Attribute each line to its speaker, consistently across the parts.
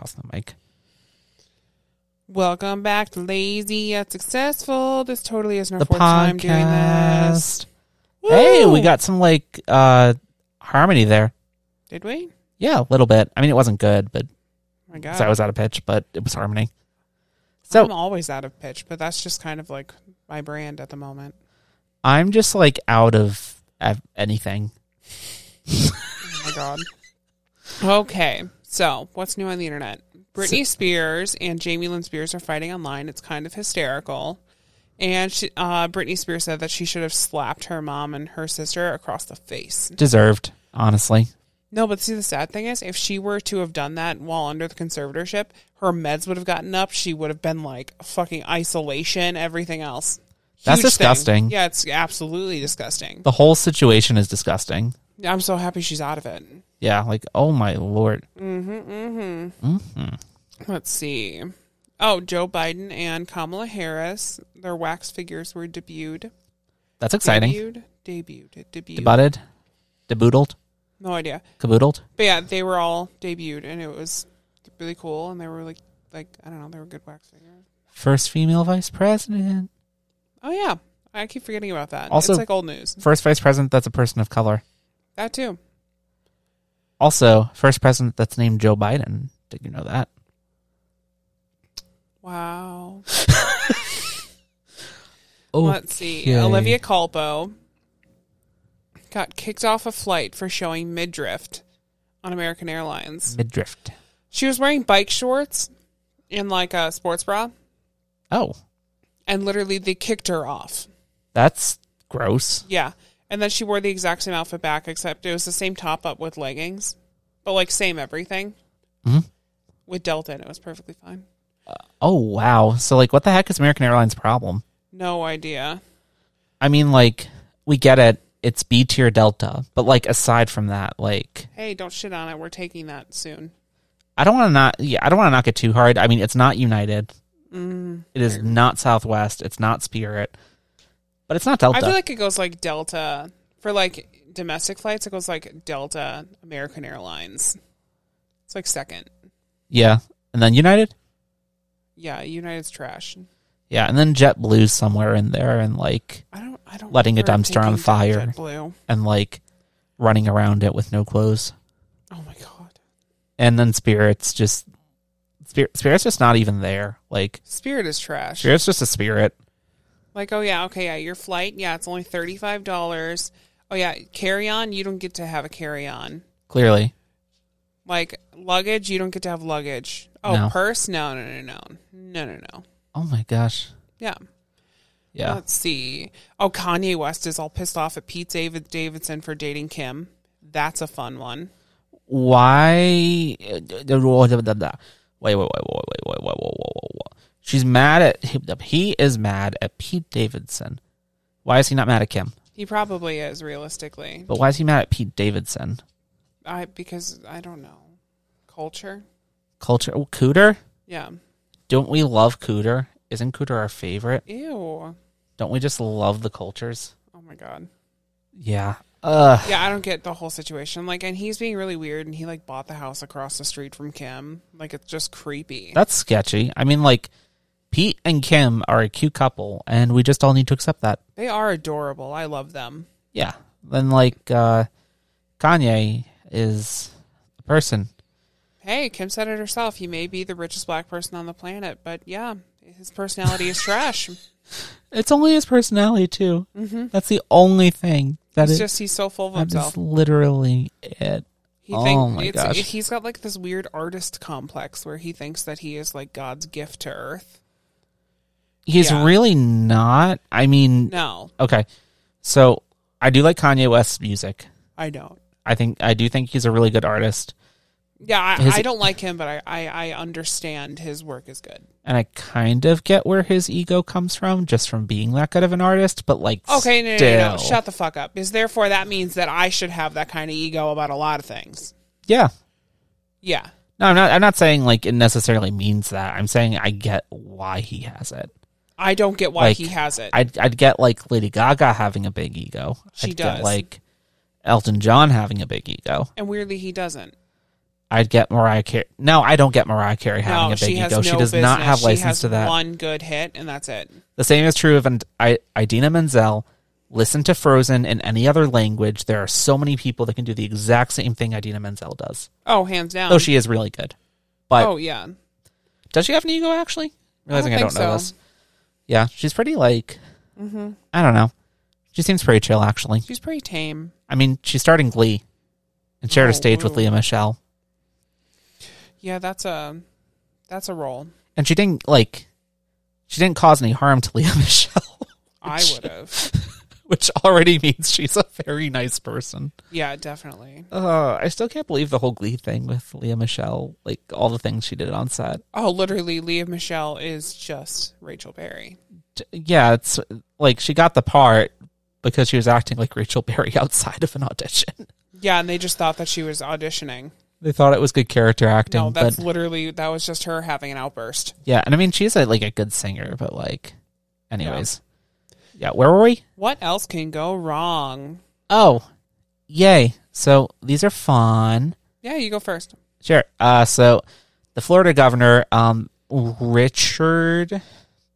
Speaker 1: else in the mic.
Speaker 2: Welcome back to Lazy Yet Successful. This totally isn't our
Speaker 1: The
Speaker 2: fourth time doing this.
Speaker 1: podcast. Hey,
Speaker 2: Woo!
Speaker 1: we got some like uh harmony there.
Speaker 2: Did we?
Speaker 1: Yeah, a little bit. I mean, it wasn't good, but
Speaker 2: Oh my
Speaker 1: 'cause
Speaker 2: God.
Speaker 1: I was out of pitch, but it was harmony. So
Speaker 2: I'm always out of pitch, but that's just kind of like my brand at the moment.
Speaker 1: I'm just like out of of anything.
Speaker 2: Oh my God. okay. So, what's new on the internet? Britney Spears and Jamie Lynn Spears are fighting online. It's kind of hysterical. And she, uh, Britney Spears said that she should have slapped her mom and her sister across the face.
Speaker 1: Deserved, honestly.
Speaker 2: No, but see, the sad thing is, if she were to have done that while under the conservatorship, her meds would have gotten up. She would have been like fucking isolation, everything else.
Speaker 1: That's
Speaker 2: thing.
Speaker 1: disgusting.
Speaker 2: Yeah, it's absolutely disgusting.
Speaker 1: The whole situation is disgusting.
Speaker 2: I'm so happy she's out of it.
Speaker 1: Yeah, like oh my lord.
Speaker 2: Let's see. Oh, Joe Biden and Kamala Harris, their wax figures were debuted.
Speaker 1: That's exciting.
Speaker 2: Debuted? Debuted. Debuted.
Speaker 1: Debutted, deboodled,
Speaker 2: no idea.
Speaker 1: caboodled.
Speaker 2: But yeah, they were all debuted and it was really cool. And they were like, like I don't know, they were good wax figures.
Speaker 1: First female vice president.
Speaker 2: Oh, yeah. I keep forgetting about that.
Speaker 1: Also-
Speaker 2: it's like old news.
Speaker 1: First vice president that's a person of color.
Speaker 2: That too.
Speaker 1: Also, first president that's named Joe Biden. Did you know that?
Speaker 2: Wow.
Speaker 1: Oh,
Speaker 2: Let's see. Olivia Culpo got kicked off a flight for showing midriff on American Airlines.
Speaker 1: midriff.
Speaker 2: She was wearing bike shorts and like a sports bra,
Speaker 1: Oh,
Speaker 2: and literally they kicked her off.
Speaker 1: that's gross.
Speaker 2: Yeah. And then she wore the exact same outfit back, except it was the same top up with leggings, but like same everything
Speaker 1: Mhm.
Speaker 2: with Delta, and it was perfectly fine.
Speaker 1: Oh wow. So like, what the heck is American Airlines' problem?
Speaker 2: No idea.
Speaker 1: I mean, like, we get it. It's B tier Delta, but like, aside from that, like,
Speaker 2: Hey, don't shit on it. We're taking that soon.
Speaker 1: I don't want to not. Yeah, I don't want to knock it too hard. I mean, it's not United. It is not Southwest. It's not Spirit. But it's not Delta.
Speaker 2: I feel like it goes like Delta for like domestic flights. It goes like Delta, American Airlines. It's like second.
Speaker 1: yeah, and then United.
Speaker 2: Yeah, United's trash.
Speaker 1: Yeah, and then JetBlue somewhere in there, and like,
Speaker 2: I don't. I don't.
Speaker 1: Letting a
Speaker 2: remember
Speaker 1: dumpster on
Speaker 2: taking
Speaker 1: fire.
Speaker 2: JetBlue.
Speaker 1: and like, running around it with no clothes,
Speaker 2: Oh my god.
Speaker 1: and then Spirit's just. Spirit, Spirit's just not even there. Like,
Speaker 2: Spirit is trash.
Speaker 1: Spirit's just a spirit.
Speaker 2: Like, oh yeah, okay, yeah, your flight, yeah, it's only thirty five dollars. Oh yeah, carry on, you don't get to have a carry on.
Speaker 1: Clearly,
Speaker 2: Like luggage, you don't get to have luggage. Oh,
Speaker 1: No.
Speaker 2: purse? No, no, no, no, no, no, no.
Speaker 1: oh my gosh,
Speaker 2: Yeah.
Speaker 1: yeah.
Speaker 2: Let's see. Oh, Kanye West is all pissed off at Pete David Davidson for dating Kim. That's a fun one.
Speaker 1: why uh, wait wait wait uh, wait wait wait wait wait wait wait wait she's mad at him he is mad at pete davidson why is he not mad at kim
Speaker 2: He probably is realistically.
Speaker 1: but why is he mad at pete davidson
Speaker 2: I because I don't know. Culture?
Speaker 1: culture oh, cooter
Speaker 2: Yeah.
Speaker 1: don't we love cooter isn't cooter our favorite
Speaker 2: Ew. Oh
Speaker 1: don't we just love the cultures
Speaker 2: my god.
Speaker 1: yeah uh
Speaker 2: Yeah, I don't get the whole situation. Like, and he's being really weird, and he like bought the house across the street from Kim. Like, it's just creepy.
Speaker 1: that's sketchy i mean like pete and kim are a cute couple and we just all need to accept that
Speaker 2: They are adorable. I love them.
Speaker 1: Yeah. Then like uh Kanye is a person.
Speaker 2: Hey, Kim said it herself. He may be the richest black person on the planet, but yeah, his personality is trash.
Speaker 1: It's only his personality too. That's the only thing that
Speaker 2: It's
Speaker 1: is.
Speaker 2: just Mm-hmm. he's so full of
Speaker 1: that
Speaker 2: himself.
Speaker 1: is literally it.
Speaker 2: He
Speaker 1: Oh
Speaker 2: think-
Speaker 1: my
Speaker 2: it's-
Speaker 1: gosh.
Speaker 2: He's got like this weird artist complex where he thinks that he is like God's gift to Earth.
Speaker 1: He's
Speaker 2: Yeah.
Speaker 1: really not. I mean,
Speaker 2: No,
Speaker 1: okay. So I do like Kanye West's music.
Speaker 2: I don't.
Speaker 1: I think I do think he's a really good artist,
Speaker 2: Yeah, I,
Speaker 1: His-
Speaker 2: I don't like him, but I, I I understand his work is good.
Speaker 1: and I kind of get where his ego comes from, just from being that good of an artist. But like,
Speaker 2: Okay, no, no, no, no,
Speaker 1: still.
Speaker 2: shut the fuck up. Because therefore, that means that I should have that kind of ego about a lot of things.
Speaker 1: Yeah,
Speaker 2: Yeah,
Speaker 1: No, I'm not. I'm not saying like it necessarily means that. I'm saying I get why he has it.
Speaker 2: I don't get why
Speaker 1: Like,
Speaker 2: he has it.
Speaker 1: I'd, I'd get like Lady Gaga having a big ego.
Speaker 2: She
Speaker 1: I'd
Speaker 2: does.
Speaker 1: Get, like Elton John having a big ego.
Speaker 2: and weirdly, he doesn't.
Speaker 1: I'd get Mariah Carey. No, I don't get Mariah Carey having
Speaker 2: no,
Speaker 1: a
Speaker 2: she
Speaker 1: big
Speaker 2: has
Speaker 1: ego.
Speaker 2: no
Speaker 1: she does
Speaker 2: business.
Speaker 1: not have
Speaker 2: she
Speaker 1: license
Speaker 2: has
Speaker 1: to that.
Speaker 2: One good hit, and that's it.
Speaker 1: The same is true of an, I, Idina Menzel. Listen to Frozen in any other language. There are so many people that can do the exact same thing Idina Menzel does.
Speaker 2: Oh, hands down.
Speaker 1: Though she is really good. But
Speaker 2: oh yeah.
Speaker 1: does she have an ego actually? Realizing I don't,
Speaker 2: think
Speaker 1: know
Speaker 2: so. Mm-hmm.
Speaker 1: this. Yeah, she's pretty like I don't know. She seems pretty chill actually.
Speaker 2: She's pretty tame.
Speaker 1: I mean, she starred in Glee and shared
Speaker 2: Oh,
Speaker 1: a stage with
Speaker 2: wow.
Speaker 1: Leah Michelle.
Speaker 2: Yeah, that's a that's a role.
Speaker 1: And she didn't like she didn't cause any harm to Leah Michelle,
Speaker 2: I would have.
Speaker 1: which already means she's a very nice person.
Speaker 2: yeah, definitely.
Speaker 1: Uh, I still can't believe the whole Glee thing with Leah Michelle, like all the things she did on set.
Speaker 2: Oh, literally, Leah Michelle is just Rachel Berry.
Speaker 1: T- Yeah, it's like she got the part because she was acting like Rachel Berry outside of an audition.
Speaker 2: Yeah, and they just thought that she was auditioning.
Speaker 1: They thought it was good character acting,
Speaker 2: No,
Speaker 1: but
Speaker 2: that's literally that was just her having an outburst.
Speaker 1: yeah, and I mean she's a, like a good singer, but like, anyways, yeah, where were we?
Speaker 2: What else can go wrong?
Speaker 1: Oh, yay! So these are fun.
Speaker 2: Yeah, you go first.
Speaker 1: Sure. Uh, so the Florida governor, um, Richard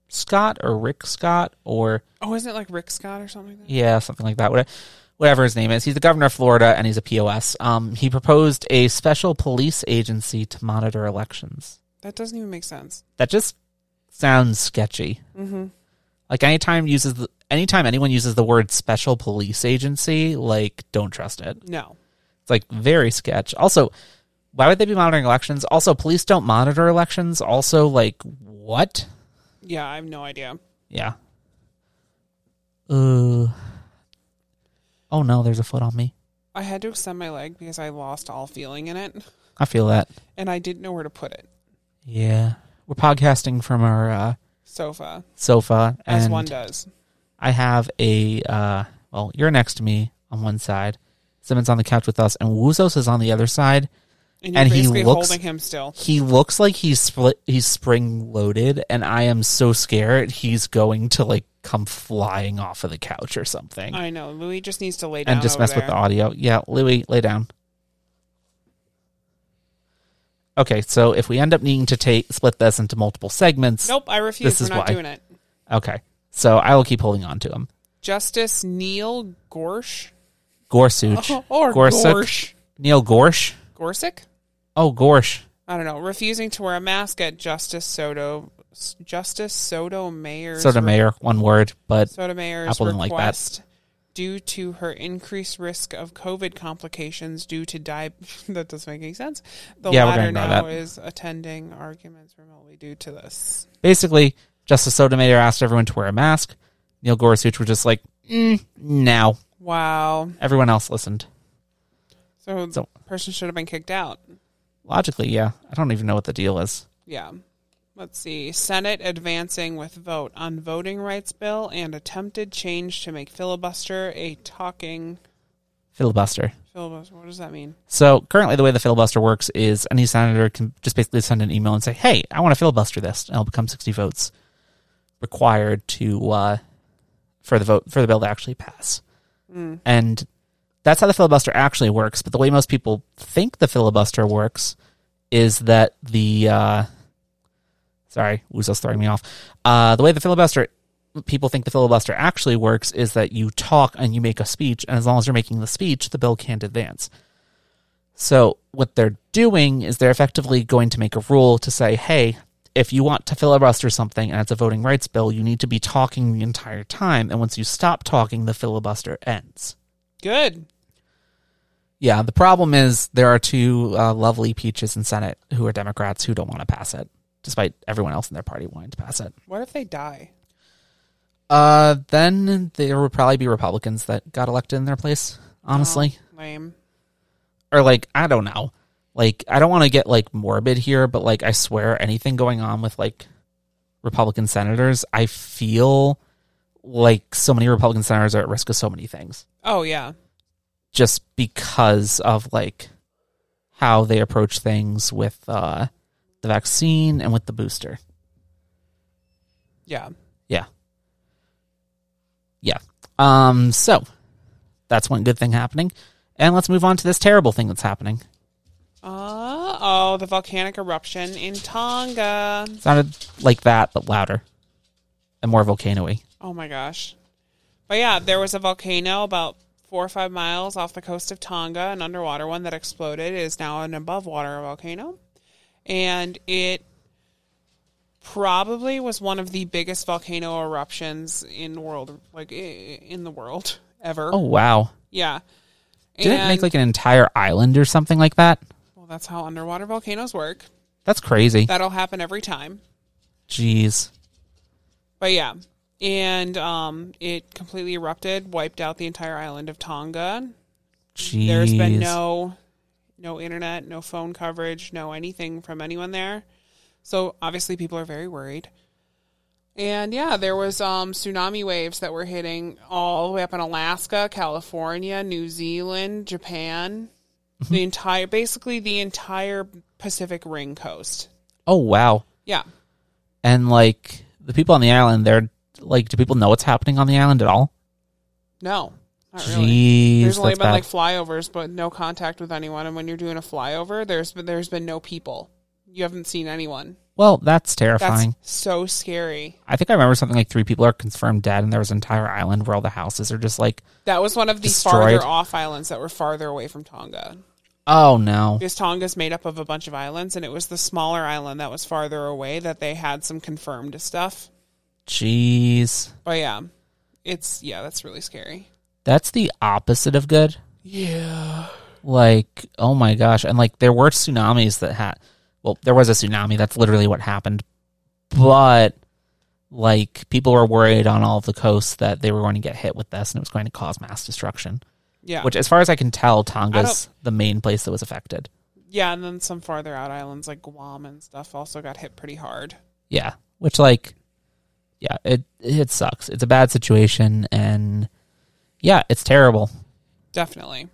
Speaker 1: Scott or Rick Scott or
Speaker 2: Oh, isn't it like Rick Scott or something? Like that?
Speaker 1: yeah, something like that. Whatever, whatever his name is, he's the governor of Florida and he's a POS. Um, he proposed a special police agency to monitor elections.
Speaker 2: That doesn't even make sense.
Speaker 1: That just sounds sketchy.
Speaker 2: Mm-hmm.
Speaker 1: Like anytime uses the, anytime anyone uses the word special police agency, like don't trust it.
Speaker 2: No.
Speaker 1: It's like very sketch. Also, why would they be monitoring elections? Also, police don't monitor elections. Also, like what?
Speaker 2: Yeah, I have no idea.
Speaker 1: Yeah. Uh. Oh no, there's a foot on me.
Speaker 2: I had to extend my leg because I lost all feeling in it,
Speaker 1: I feel that.
Speaker 2: and I didn't know where to put it.
Speaker 1: Yeah. We're podcasting from our uh,
Speaker 2: Sofa,
Speaker 1: sofa,
Speaker 2: as
Speaker 1: and
Speaker 2: one does.
Speaker 1: I have a. Uh, well, you're next to me on one side. Simmons on the couch with us, and Wuzos is on the other side.
Speaker 2: And you're
Speaker 1: and he
Speaker 2: basically
Speaker 1: looks-
Speaker 2: holding him still.
Speaker 1: He looks like he's split, he's spring loaded, and I am so scared he's going to like come flying off of the couch or something
Speaker 2: I know. Louis just needs to lay down
Speaker 1: and just
Speaker 2: over
Speaker 1: mess
Speaker 2: there.
Speaker 1: with the audio. Yeah, Louis, lay down. Okay, so if we end up needing to take split this into multiple segments,
Speaker 2: Nope, I refuse.
Speaker 1: This
Speaker 2: We're
Speaker 1: is
Speaker 2: not
Speaker 1: why.
Speaker 2: doing it.
Speaker 1: okay. So I will keep holding on to him.
Speaker 2: Justice Neil Gorsh
Speaker 1: Gorsuch
Speaker 2: or
Speaker 1: Gorsuch?
Speaker 2: Gorsh
Speaker 1: Neil Gorsh.
Speaker 2: Gorsuch.
Speaker 1: Oh, Gorsh.
Speaker 2: I don't know. Refusing to wear a mask at Justice Soto Justice Sotomayor's
Speaker 1: Sotomayor, one word, but
Speaker 2: Sotomayor's
Speaker 1: Apple didn't like that.
Speaker 2: request due to her increased risk of COVID complications due to di- that doesn't make any sense. The
Speaker 1: Yeah, we're
Speaker 2: latter
Speaker 1: gonna ignore
Speaker 2: now
Speaker 1: that.
Speaker 2: is attending arguments remotely due to this.
Speaker 1: basically, Justice Sotomayor asked everyone to wear a mask. Neil Gorsuch was just like, mm, no.
Speaker 2: Wow.
Speaker 1: Everyone else listened.
Speaker 2: So,
Speaker 1: So-
Speaker 2: the person should have been kicked out.
Speaker 1: Logically, yeah. I don't even know what the deal is.
Speaker 2: Yeah. Let's see. Senate advancing with vote on voting rights bill and attempted change to make filibuster a talking
Speaker 1: Filibuster.
Speaker 2: filibuster. What does that mean?
Speaker 1: So currently, the way the filibuster works is any senator can just basically send an email and say, "Hey, I want to filibuster this," and it'll become sixty votes required to uh, for the vote for the bill to actually pass. And that's how the filibuster actually works. But the way most people think the filibuster works is that the uh, sorry, Wuzo's throwing me off. Uh, the way the filibuster people think the filibuster actually works is that you talk and you make a speech, and as long as you're making the speech, the bill can't advance. So what they're doing is they're effectively going to make a rule to say, hey, if you want to filibuster something and it's a voting rights bill, you need to be talking the entire time. And once you stop talking, the filibuster ends.
Speaker 2: Good.
Speaker 1: Yeah, the problem is there are two uh, lovely peaches in Senate who are Democrats who don't want to pass it, despite everyone else in their party wanting to pass it.
Speaker 2: What if they die?
Speaker 1: Uh, then there would probably be Republicans that got elected in their place, honestly.
Speaker 2: Lame.
Speaker 1: or like I don't know. Like I don't want to get like morbid here, but like I swear anything going on with like Republican senators, I feel like so many Republican senators are at risk of so many things
Speaker 2: Oh yeah.
Speaker 1: just because of like how they approach things with uh the vaccine and with the booster.
Speaker 2: Yeah.
Speaker 1: Yeah. Yeah. Um so that's one good thing happening. And let's move on to this terrible thing that's happening.
Speaker 2: Oh oh, the volcanic eruption in Tonga.
Speaker 1: Sounded like that, but louder and more volcano-y.
Speaker 2: Oh my gosh. But yeah, there was a volcano about four or five miles off the coast of Tonga, an underwater one that exploded. It is now an above water volcano. And it probably was one of the biggest volcano eruptions in world like i- in the world ever.
Speaker 1: Oh wow!
Speaker 2: Yeah.
Speaker 1: Did it
Speaker 2: And-
Speaker 1: make like an entire island or something like that?
Speaker 2: well, that's how underwater volcanoes work.
Speaker 1: That's crazy.
Speaker 2: That'll happen every time.
Speaker 1: Jeez.
Speaker 2: But yeah, and um, it completely erupted, wiped out the entire island of Tonga.
Speaker 1: Jeez.
Speaker 2: There's been no, no internet, no phone coverage, no anything from anyone there. So obviously, people are very worried. And yeah, there was um, tsunami waves that were hitting all the way up in Alaska, California, New Zealand, Japan,
Speaker 1: Mm-hmm.
Speaker 2: the entire, basically the entire Pacific Ring coast.
Speaker 1: Oh wow!
Speaker 2: Yeah.
Speaker 1: And like the people on the island, they're like, do people know what's happening on the island at all?
Speaker 2: No. Not really.
Speaker 1: Jeez,
Speaker 2: There's only
Speaker 1: that's
Speaker 2: been
Speaker 1: bad.
Speaker 2: like flyovers, but no contact with anyone. And when you're doing a flyover, there's been, there's been no people. You haven't seen anyone.
Speaker 1: well, that's
Speaker 2: That's
Speaker 1: terrifying.
Speaker 2: so scary.
Speaker 1: I think I remember something like three people are confirmed dead, and there was an entire island where all the houses are just like,
Speaker 2: That was one of the
Speaker 1: Destroyed.
Speaker 2: farther off islands that were farther away from Tonga.
Speaker 1: oh no,
Speaker 2: Because Tonga's made up of a bunch of islands, and it was the smaller island that was farther away that they had some confirmed stuff.
Speaker 1: jeez,
Speaker 2: But yeah, it's yeah, that's really scary.
Speaker 1: that's the opposite of good.
Speaker 2: Yeah.
Speaker 1: Like, oh my gosh, and like there were tsunamis that had, well, there was a tsunami. That's literally what happened, but like people were worried on all of the coasts that they were going to get hit with this, and it was going to cause mass destruction.
Speaker 2: Yeah.
Speaker 1: Which, as far as I can tell,
Speaker 2: I
Speaker 1: Tonga's
Speaker 2: don't-
Speaker 1: the main place that was affected.
Speaker 2: yeah, and then some farther out islands like Guam and stuff also got hit pretty hard.
Speaker 1: Yeah, which like, yeah, it it sucks. It's a bad situation, and yeah, it's terrible.
Speaker 2: Definitely.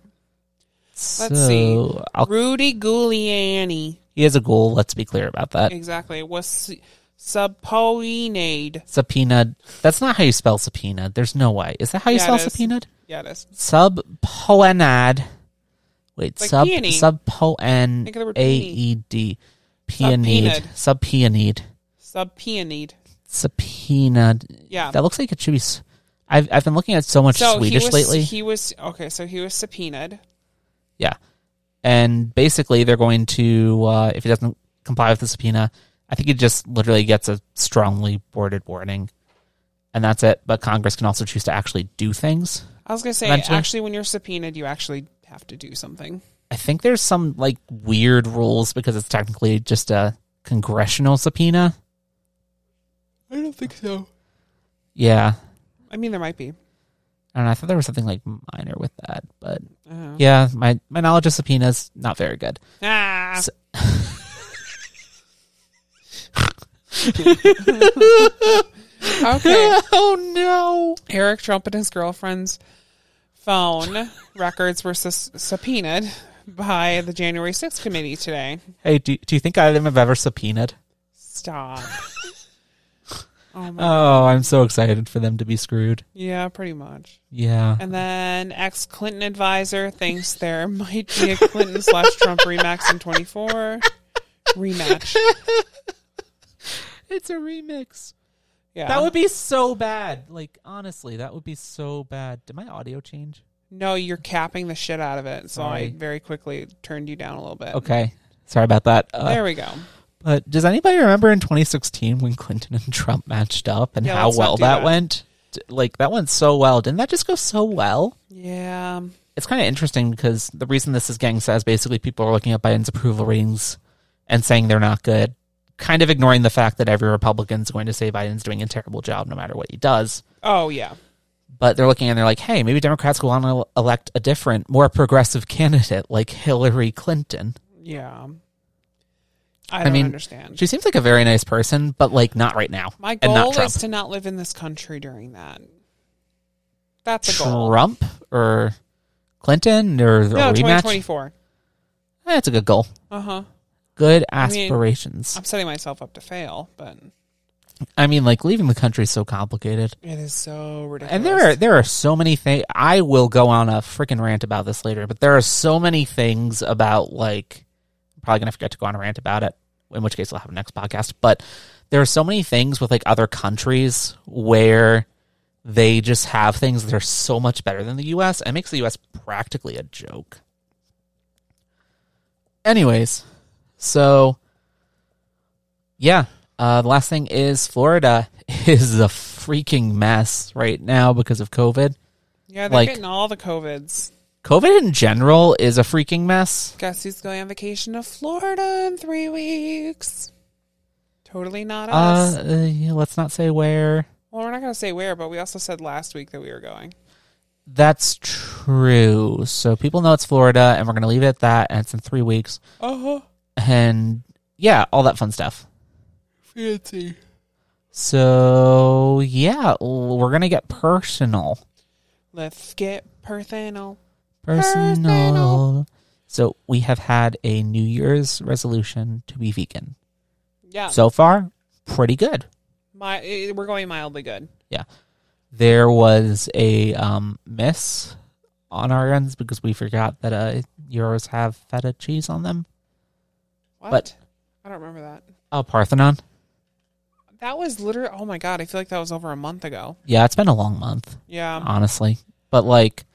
Speaker 1: Let's
Speaker 2: Let's see.
Speaker 1: I'll,
Speaker 2: Rudy Giuliani.
Speaker 1: he has a goal. Let's be clear about that.
Speaker 2: Exactly. Was su- subpoenaed.
Speaker 1: Subpoenaed. That's not how you spell subpoenaed. There's no way. Is that how you
Speaker 2: Yeah,
Speaker 1: spell
Speaker 2: it is.
Speaker 1: subpoenaed?
Speaker 2: Yeah, it is.
Speaker 1: Subpoenaed. Wait,
Speaker 2: Like
Speaker 1: sub
Speaker 2: peony. Think of the
Speaker 1: subpoen
Speaker 2: word
Speaker 1: a
Speaker 2: peony.
Speaker 1: e d peonied subpoenaed
Speaker 2: Subpoenaed. Subpoenaed.
Speaker 1: subpoenaed.
Speaker 2: Yeah.
Speaker 1: That looks like it should be. s- I've I've been looking at so much
Speaker 2: so
Speaker 1: Swedish
Speaker 2: he was,
Speaker 1: lately.
Speaker 2: He was okay. So he was subpoenaed.
Speaker 1: Yeah. And basically, they're going to, uh, if he doesn't comply with the subpoena, I think he just literally gets a strongly worded warning. And that's it. But Congress can also choose to actually do things.
Speaker 2: I was gonna say,
Speaker 1: Eventually.
Speaker 2: actually, when you're subpoenaed, you actually have to do something.
Speaker 1: I think there's some like weird rules because it's technically just a congressional subpoena.
Speaker 2: I don't think so.
Speaker 1: Yeah.
Speaker 2: I mean, there might be.
Speaker 1: And I thought there was something like minor with that. But
Speaker 2: I don't know.
Speaker 1: yeah, my, my knowledge of subpoenas, not very good.
Speaker 2: Ah,
Speaker 1: So-
Speaker 2: okay.
Speaker 1: Oh, no.
Speaker 2: Eric Trump and his girlfriend's phone records were sus- subpoenaed by the January 6th committee today.
Speaker 1: Hey, do, do you think I have ever subpoenaed?
Speaker 2: Stop. oh my.
Speaker 1: Oh, I'm so excited for them to be screwed.
Speaker 2: Yeah, pretty much.
Speaker 1: Yeah.
Speaker 2: And then ex Clinton advisor thinks there might be a Clinton slash Trump rematch in 24. Rematch.
Speaker 1: It's a remix.
Speaker 2: Yeah.
Speaker 1: That would be so bad. Like honestly, that would be so bad. Did my audio change?
Speaker 2: no, you're capping the shit out of it. So
Speaker 1: Sorry.
Speaker 2: I very quickly turned you down a little bit.
Speaker 1: Okay. Sorry about that. Uh,
Speaker 2: There we go.
Speaker 1: but does anybody remember in 2016 when Clinton and Trump matched up and
Speaker 2: Yeah,
Speaker 1: how
Speaker 2: let's not
Speaker 1: well
Speaker 2: do
Speaker 1: that,
Speaker 2: that.
Speaker 1: went? D- Like that went so well. Didn't that just go so well?
Speaker 2: Yeah.
Speaker 1: It's kind of interesting because the reason this is getting set is basically people are looking at Biden's approval ratings and saying they're not good, kind of ignoring the fact that every Republican's going to say Biden's doing a terrible job no matter what he does.
Speaker 2: Oh, yeah.
Speaker 1: but they're looking and they're like, hey, maybe Democrats will want to elect a different, more progressive candidate like Hillary Clinton.
Speaker 2: Yeah. I don't
Speaker 1: mean,
Speaker 2: understand.
Speaker 1: She seems like a very nice person, but like not right now.
Speaker 2: My
Speaker 1: and not
Speaker 2: goal
Speaker 1: Trump.
Speaker 2: is to not live in this country during that. That's a goal.
Speaker 1: Trump or Clinton or a
Speaker 2: No,
Speaker 1: rematch.
Speaker 2: 2024.
Speaker 1: Eh, That's a good goal.
Speaker 2: Uh huh.
Speaker 1: Good
Speaker 2: mean-
Speaker 1: aspirations.
Speaker 2: I'm setting myself up to fail, but
Speaker 1: I mean, like leaving the country is so complicated.
Speaker 2: it is so ridiculous.
Speaker 1: And there are there are so many things. I will go on a freaking rant about this later, but there are so many things about like probably going to forget to go on a rant about it, in which case I'll have a next podcast. But there are so many things with like other countries where they just have things that are so much better than the US. It makes the US practically a joke. Anyways, so yeah, uh, the last thing is Florida is a freaking mess right now because of COVID.
Speaker 2: Yeah, they're
Speaker 1: Like-
Speaker 2: getting all the COVIDs.
Speaker 1: COVID in general is a freaking mess.
Speaker 2: Guess who's going on vacation to Florida in three weeks? Totally not us.
Speaker 1: Uh, uh, yeah, let's not say where.
Speaker 2: well, we're not going to say where, but we also said last week that we were going.
Speaker 1: That's true. So people know it's Florida, and we're going to leave it at that. And it's in three weeks,
Speaker 2: Uh huh.
Speaker 1: and yeah, all that fun stuff.
Speaker 2: Fancy.
Speaker 1: So yeah, l- we're going to get personal.
Speaker 2: Let's get personal.
Speaker 1: personal.
Speaker 2: Personal.
Speaker 1: So we have had a New Year's resolution to be vegan.
Speaker 2: Yeah.
Speaker 1: So far, pretty good.
Speaker 2: My, eh, we're going mildly good.
Speaker 1: There was a um, miss on our ends because we forgot that uh, yours have feta cheese on them.
Speaker 2: What?
Speaker 1: But-
Speaker 2: I don't remember that.
Speaker 1: Oh, Parthenon.
Speaker 2: That was literally, oh my God, I feel like that was over a month ago.
Speaker 1: Yeah, it's been a long month,
Speaker 2: Yeah.
Speaker 1: honestly. But like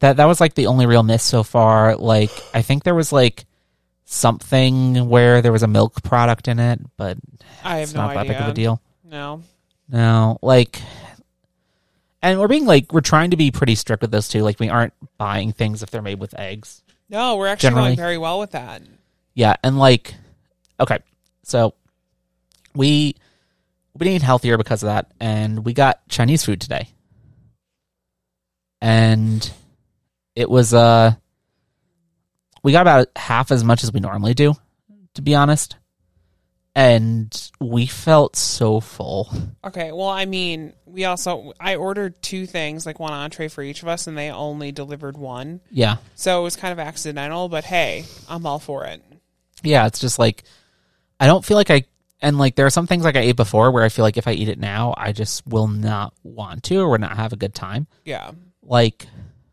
Speaker 1: that that was like the only real miss so far. Like I think there was like something where there was a milk product in it, but
Speaker 2: I have
Speaker 1: it's
Speaker 2: no
Speaker 1: not that
Speaker 2: idea.
Speaker 1: big of a deal.
Speaker 2: No.
Speaker 1: No, like, and we're being like we're trying to be pretty strict with this too. Like, we aren't buying things if they're made with eggs.
Speaker 2: No, we're actually
Speaker 1: Generally.
Speaker 2: going very well with that.
Speaker 1: Yeah, and like, okay, so we we need healthier because of that, and we got Chinese food today, and it was uh we got about half as much as we normally do, to be honest, and we felt so full.
Speaker 2: Okay. Well, I mean, we also, I ordered two things, like one entree for each of us, and they only delivered one.
Speaker 1: Yeah.
Speaker 2: So it was kind of accidental, but hey, I'm all for it.
Speaker 1: yeah, it's just like I don't feel like I and like there are some things like I ate before where I feel like if I eat it now, I just will not want to or would not have a good time.
Speaker 2: Yeah.
Speaker 1: Like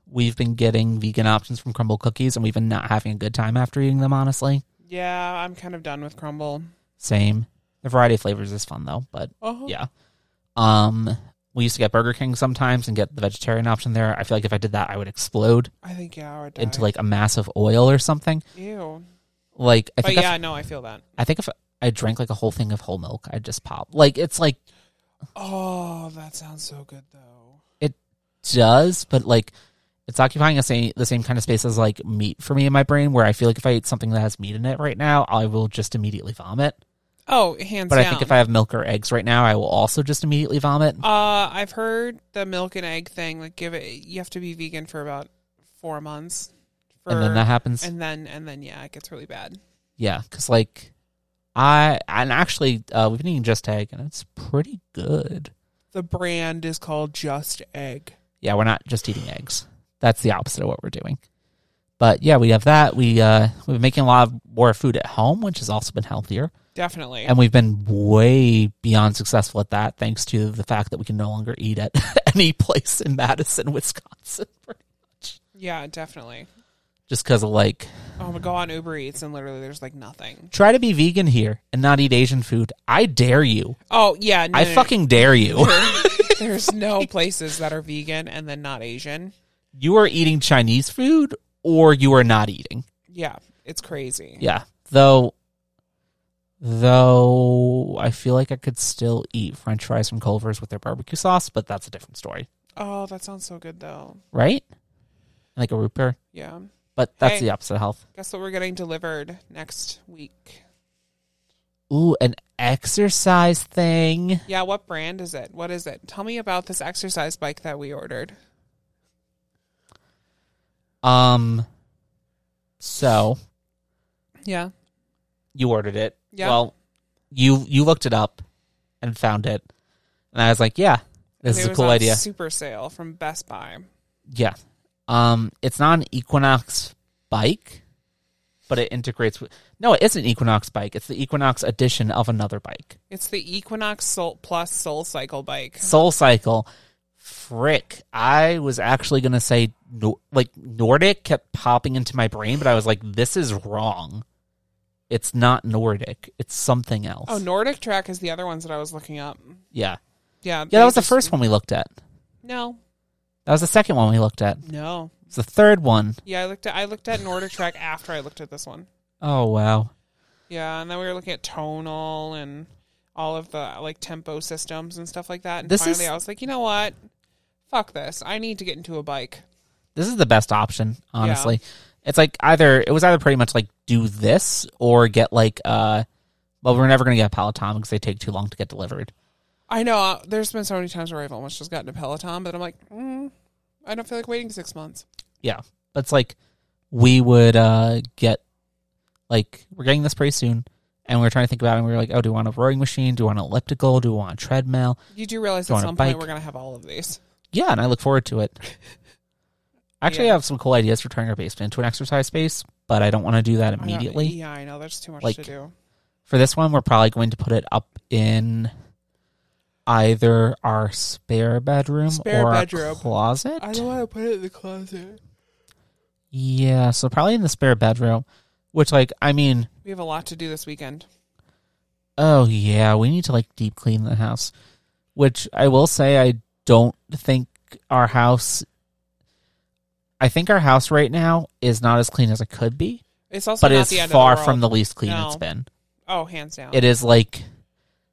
Speaker 1: we've been getting vegan options from Crumble Cookies and we've been not having a good time after eating them, honestly.
Speaker 2: Yeah, I'm kind of done with crumble.
Speaker 1: Same. The variety of flavors is fun though, but
Speaker 2: Oh,
Speaker 1: yeah. Um we used to get Burger King sometimes and get the vegetarian option there. I feel like if I did that I would explode
Speaker 2: I think, yeah, I would die.
Speaker 1: into like a mass of oil or something.
Speaker 2: Ew.
Speaker 1: Like I
Speaker 2: But
Speaker 1: think if-
Speaker 2: yeah, no, I feel that.
Speaker 1: I think if I drank like a whole thing of whole milk, I'd just pop. Like it's like
Speaker 2: Oh, that sounds so good, though.
Speaker 1: does, but like it's occupying the same the same kind of space as like meat for me in my brain, where I feel like if I eat something that has meat in it right now, I will just immediately vomit.
Speaker 2: Oh, hands
Speaker 1: But
Speaker 2: down.
Speaker 1: I think if I have milk or eggs right now, I will also just immediately vomit.
Speaker 2: Uh, I've heard the milk and egg thing. Like, give it. You have to be vegan for about four months. For,
Speaker 1: and then that happens.
Speaker 2: and then and then yeah, it gets really bad.
Speaker 1: yeah, because like I and actually uh, we've been eating just egg and it's pretty good.
Speaker 2: The brand is called Just Egg.
Speaker 1: Yeah, we're not just eating eggs. That's the opposite of what we're doing. But yeah, we have that. We uh, we've been making a lot of more food at home, which has also been healthier.
Speaker 2: Definitely.
Speaker 1: and we've been way beyond successful at that thanks to the fact that we can no longer eat at any place in madison wisconsin
Speaker 2: yeah, definitely.
Speaker 1: just because of like
Speaker 2: Oh, but go on Uber Eats and literally there's like nothing.
Speaker 1: try to be vegan here and not eat asian food i dare you
Speaker 2: Oh yeah, no,
Speaker 1: i
Speaker 2: no, no.
Speaker 1: fucking dare you
Speaker 2: there's no places that are vegan and then not Asian.
Speaker 1: you are eating chinese food or you are not eating
Speaker 2: Yeah, it's crazy.
Speaker 1: yeah though though i feel like i could still eat french fries from culver's with their barbecue sauce but that's a different story
Speaker 2: Oh, that sounds so good though.
Speaker 1: right like a root beer
Speaker 2: Yeah.
Speaker 1: but that's
Speaker 2: Hey.
Speaker 1: the opposite of health
Speaker 2: Guess what we're getting delivered next week?
Speaker 1: Ooh, an exercise thing.
Speaker 2: Yeah, what brand is it? What is it? Tell me about this exercise bike that we ordered.
Speaker 1: Um so
Speaker 2: Yeah.
Speaker 1: you ordered it.
Speaker 2: Yeah.
Speaker 1: Well, you you looked it up and found it. And I was like, yeah, this is
Speaker 2: It
Speaker 1: a
Speaker 2: was
Speaker 1: cool
Speaker 2: on
Speaker 1: idea.
Speaker 2: Super sale from Best Buy.
Speaker 1: yeah. Um it's not an Equinox bike, but it integrates with No, it is an Equinox bike. It's the Equinox edition of another bike.
Speaker 2: It's the Equinox Soul Plus Soul Cycle bike.
Speaker 1: Soul Cycle. Frick. I was actually going to say no, like Nordic kept popping into my brain, but I was like this is wrong. It's not Nordic. It's something else.
Speaker 2: Oh, Nordic Track is the other ones that I was looking up.
Speaker 1: yeah.
Speaker 2: Yeah.
Speaker 1: Yeah,
Speaker 2: they
Speaker 1: that was the
Speaker 2: just-
Speaker 1: first one we looked at.
Speaker 2: No,
Speaker 1: That was the second one we looked at.
Speaker 2: no.
Speaker 1: It's the third one.
Speaker 2: Yeah, I looked at I looked at Nordic Track after I looked at this one.
Speaker 1: Oh, wow.
Speaker 2: Yeah, and then we were looking at tonal and all of the like tempo systems and stuff like that. And
Speaker 1: This
Speaker 2: finally,
Speaker 1: is-
Speaker 2: I was like, you know what? Fuck this! I need to get into a bike.
Speaker 1: This is the best option, honestly. It's like either, it was either pretty much like do this or get like, uh, well, we're never going to get a Peloton because they take too long to get delivered.
Speaker 2: I know uh, there's been so many times where I've almost just gotten a Peloton, but I'm like, mm, I don't feel like waiting six months.
Speaker 1: Yeah. But it's like we would uh get like we're getting this pretty soon and we were trying to think about it and we were like, Oh, do we want a rowing machine? Do we want an elliptical? Do we want a treadmill?
Speaker 2: You do realize
Speaker 1: Go
Speaker 2: at
Speaker 1: on a
Speaker 2: some
Speaker 1: bike.
Speaker 2: point we're gonna have all of these.
Speaker 1: Yeah, and I look forward to it. Actually
Speaker 2: Yeah.
Speaker 1: I have some cool ideas for turning our basement into an exercise space, but I don't want to do that
Speaker 2: I don't-
Speaker 1: immediately.
Speaker 2: yeah, I know. There's too much
Speaker 1: Like-
Speaker 2: to do.
Speaker 1: For this one we're probably going to put it up in either our spare bedroom
Speaker 2: Spare
Speaker 1: or our
Speaker 2: bedroom.
Speaker 1: closet.
Speaker 2: I don't want to put it in the closet.
Speaker 1: Yeah, so probably in the spare bedroom. Which like I mean
Speaker 2: We have a lot to do this weekend.
Speaker 1: Oh yeah, we need to like deep clean the house. Which I will say I don't think our house I think our house right now is not as clean as it could be,
Speaker 2: It's also
Speaker 1: but
Speaker 2: not
Speaker 1: it
Speaker 2: the
Speaker 1: is
Speaker 2: end
Speaker 1: far
Speaker 2: of the world.
Speaker 1: from the least clean
Speaker 2: No.
Speaker 1: it's been.
Speaker 2: oh, hands down.
Speaker 1: It is like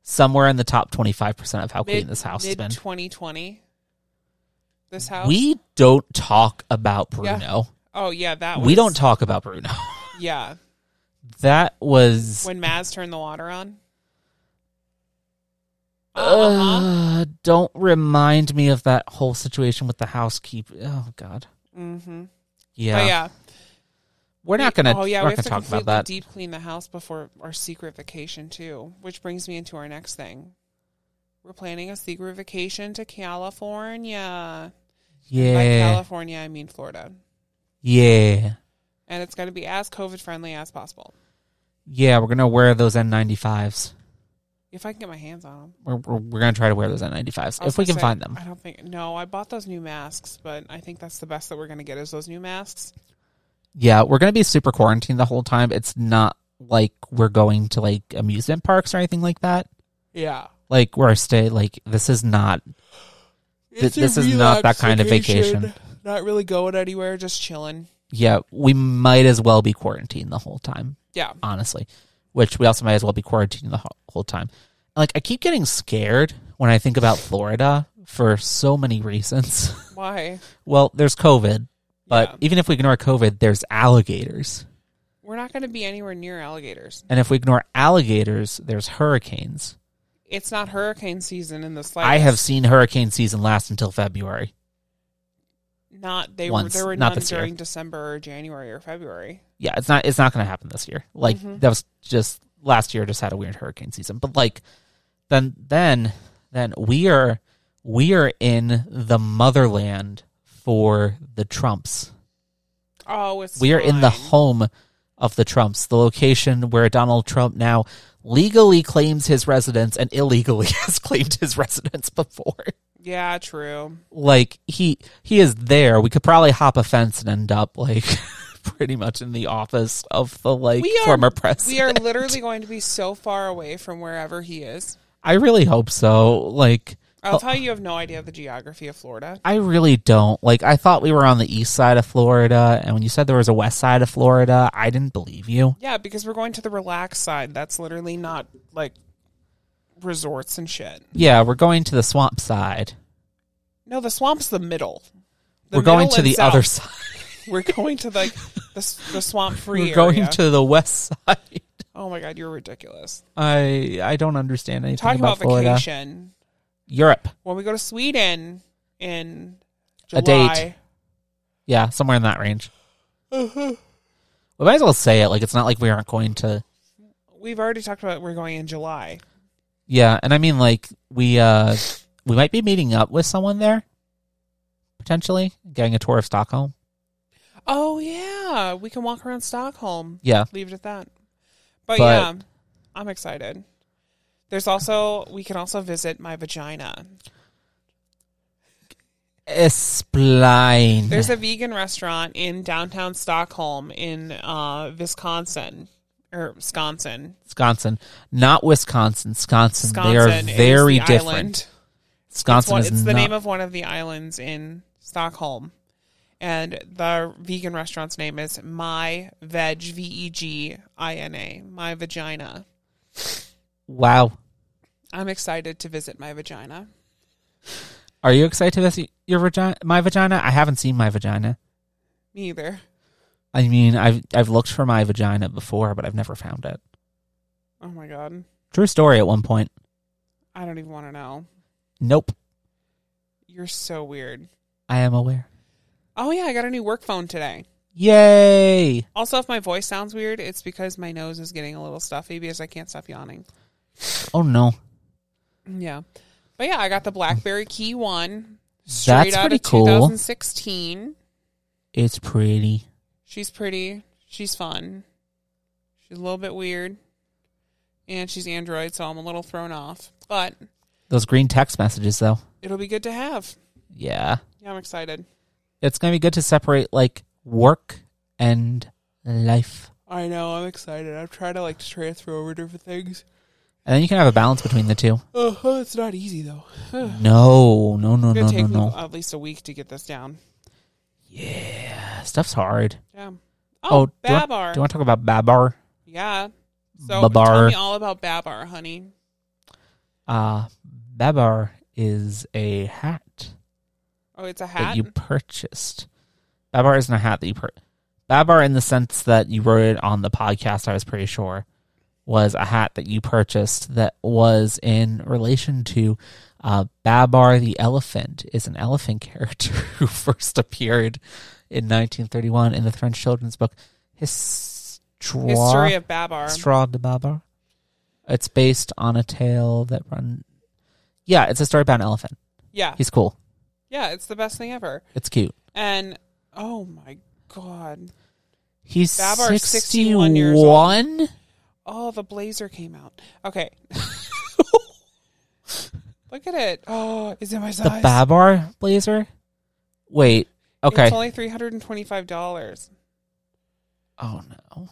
Speaker 1: somewhere in the top 25% of how
Speaker 2: mid,
Speaker 1: clean this house has
Speaker 2: mid
Speaker 1: been.
Speaker 2: 2020. This house.
Speaker 1: We don't talk about Bruno.
Speaker 2: Oh yeah, that.
Speaker 1: We
Speaker 2: was-
Speaker 1: don't talk about Bruno.
Speaker 2: Yeah,
Speaker 1: that was
Speaker 2: when Maz turned the water on. Uh-huh.
Speaker 1: uh, don't remind me of that whole situation with the housekeeper. Oh god.
Speaker 2: mm-hmm.
Speaker 1: Yeah.
Speaker 2: Oh yeah.
Speaker 1: We're not gonna.
Speaker 2: Oh yeah,
Speaker 1: we're
Speaker 2: we
Speaker 1: not
Speaker 2: have to
Speaker 1: gonna talk about
Speaker 2: completely
Speaker 1: that.
Speaker 2: deep clean the house before our secret vacation too, which brings me into our next thing. We're planning a secret vacation to California. By
Speaker 1: yeah,
Speaker 2: California, I mean Florida,
Speaker 1: yeah,
Speaker 2: and it's going to be as COVID friendly as possible.
Speaker 1: yeah. We're gonna wear those N95s.
Speaker 2: If I can get my hands on them.
Speaker 1: We're we're, we're gonna try to wear those N95s
Speaker 2: I was
Speaker 1: if we can
Speaker 2: gonna say,
Speaker 1: find them.
Speaker 2: I don't think no. I bought those new masks, but I think that's the best that we're going to get is those new masks.
Speaker 1: Yeah, we're gonna be super quarantined the whole time. It's not like we're going to like amusement parks or anything like that.
Speaker 2: Yeah,
Speaker 1: Like we're stay like this is not. It's a this is not that kind of relaxation. vacation.
Speaker 2: Not really going anywhere, just chilling.
Speaker 1: Yeah, we might as well be quarantined the whole time.
Speaker 2: Yeah,
Speaker 1: honestly. Which we also might as well be quarantined the ho- whole time. Like I keep getting scared when I think about Florida for so many reasons.
Speaker 2: why?
Speaker 1: Well, there's COVID, but
Speaker 2: Yeah.
Speaker 1: even if we ignore COVID, there's alligators.
Speaker 2: We're not going to be anywhere near alligators.
Speaker 1: And if we ignore alligators, there's hurricanes.
Speaker 2: It's not hurricane season in the slightest.
Speaker 1: I have seen hurricane season last until February.
Speaker 2: not. They
Speaker 1: once,
Speaker 2: were there were
Speaker 1: not
Speaker 2: none
Speaker 1: this year.
Speaker 2: during December or January or February.
Speaker 1: Yeah, it's not it's not going to happen this year. Like
Speaker 2: Mhm.
Speaker 1: that was just last year just had a weird hurricane season. But like then then then we are we are in the motherland for the Trumps.
Speaker 2: Oh, it's
Speaker 1: We are in the
Speaker 2: fine.
Speaker 1: home of the Trumps, the location where Donald Trump now legally claims his residence and illegally has claimed his residence before.
Speaker 2: Yeah, true.
Speaker 1: Like he he is there. We could probably hop a fence and end up like pretty much in the office of the like
Speaker 2: We are-
Speaker 1: former president.
Speaker 2: We are literally going to be so far away from wherever he is.
Speaker 1: I really hope so. Like
Speaker 2: I love how you have no idea of the geography of Florida.
Speaker 1: I really don't. Like I thought we were on the east side of Florida and when you said there was a west side of Florida, I didn't believe you.
Speaker 2: Yeah, because we're going to the relaxed side. That's literally not like resorts and shit.
Speaker 1: Yeah, we're going to the swamp side.
Speaker 2: No, the swamp's the middle. The
Speaker 1: we're going
Speaker 2: middle
Speaker 1: to
Speaker 2: and
Speaker 1: the
Speaker 2: south.
Speaker 1: other side.
Speaker 2: We're going to like the, s- the swamp free.
Speaker 1: We're going
Speaker 2: area.
Speaker 1: to the west side.
Speaker 2: Oh my god, you're ridiculous.
Speaker 1: I I don't understand anything
Speaker 2: Talking
Speaker 1: about,
Speaker 2: about,
Speaker 1: Florida.
Speaker 2: vacation.
Speaker 1: Europe,
Speaker 2: When we go to Sweden in July.
Speaker 1: A date. yeah, somewhere in that range. We might as well say it. Like it's not like we aren't going to.
Speaker 2: We've already talked about we're going in July.
Speaker 1: Yeah, and I mean like we uh we might be meeting up with someone there, potentially getting a tour of Stockholm.
Speaker 2: Oh yeah, we can walk around Stockholm.
Speaker 1: Yeah,
Speaker 2: leave it at that. But,
Speaker 1: But-
Speaker 2: yeah, I'm excited. There's also we can also visit my vagina.
Speaker 1: Espline.
Speaker 2: There's a vegan restaurant in downtown Stockholm in uh, Wisconsin. or Wisconsin.
Speaker 1: Wisconsin, not Wisconsin, Wisconsin. they are
Speaker 2: Wisconsin is
Speaker 1: very
Speaker 2: the
Speaker 1: different.
Speaker 2: island. It's,
Speaker 1: Wisconsin
Speaker 2: one-
Speaker 1: is
Speaker 2: it's the
Speaker 1: not-
Speaker 2: name of one of the islands in Stockholm. And the vegan restaurant's name is My Veg, V E G I N A, My Vagina.
Speaker 1: wow.
Speaker 2: I'm excited to visit my vagina.
Speaker 1: Are you excited to see your vagina? My vagina? I haven't seen my vagina.
Speaker 2: Me either.
Speaker 1: I mean, I've I've looked for my vagina before, but I've never found it.
Speaker 2: Oh my God.
Speaker 1: True story. At one point,
Speaker 2: I don't even want to know.
Speaker 1: nope.
Speaker 2: You're so weird.
Speaker 1: I am aware.
Speaker 2: Oh, yeah, I got a new work phone today.
Speaker 1: Yay!
Speaker 2: Also, if my voice sounds weird, it's because my nose is getting a little stuffy because I can't stop yawning.
Speaker 1: Oh no,
Speaker 2: Yeah. But yeah, I got the Blackberry Key 1 straight
Speaker 1: that's
Speaker 2: out
Speaker 1: pretty
Speaker 2: of
Speaker 1: cool.
Speaker 2: 2016.
Speaker 1: It's pretty.
Speaker 2: She's pretty. She's fun. She's a little bit weird. And she's Android, so I'm a little thrown off. But
Speaker 1: Those green text messages, though.
Speaker 2: it'll be good to have.
Speaker 1: Yeah,
Speaker 2: Yeah, I'm excited.
Speaker 1: it's gonna be good to separate like work and life,
Speaker 2: I know, I'm excited. I've tried to like transfer over different things.
Speaker 1: and then you can have a balance between the two.
Speaker 2: Oh, it's not easy though. It's
Speaker 1: No, no, no,
Speaker 2: gonna
Speaker 1: no, no,
Speaker 2: take
Speaker 1: no.
Speaker 2: me at least a week to get this down.
Speaker 1: Stuff's hard.
Speaker 2: Yeah.
Speaker 1: Oh,
Speaker 2: Oh,
Speaker 1: do you want-
Speaker 2: Babar.
Speaker 1: Do you want to talk about Babar?
Speaker 2: yeah. So
Speaker 1: Babar.
Speaker 2: tell me all about Babar, honey.
Speaker 1: Uh, Babar is a hat.
Speaker 2: Oh, it's a
Speaker 1: that
Speaker 2: hat.
Speaker 1: you purchased. Babar isn't a hat that you pur Babar, in the sense that you wrote it on the podcast, I was pretty sure, was a hat that you purchased that was in relation to uh, Babar the elephant, is an elephant character who first appeared in 1931 in the French children's book
Speaker 2: History
Speaker 1: Histoire
Speaker 2: of Babar.
Speaker 1: Histoire de Babar. It's based on a tale that run. Yeah, it's a story about an elephant.
Speaker 2: Yeah.
Speaker 1: He's cool.
Speaker 2: Yeah, it's the best thing ever.
Speaker 1: It's cute.
Speaker 2: And oh my god.
Speaker 1: He's
Speaker 2: Babar is
Speaker 1: 61
Speaker 2: 61 years old.
Speaker 1: 61?
Speaker 2: Oh, the blazer came out. Okay. Look at it. Oh, is it my
Speaker 1: The
Speaker 2: size?
Speaker 1: Babar blazer? Wait. Okay.
Speaker 2: It's only three hundred and twenty-five dollars.
Speaker 1: oh no.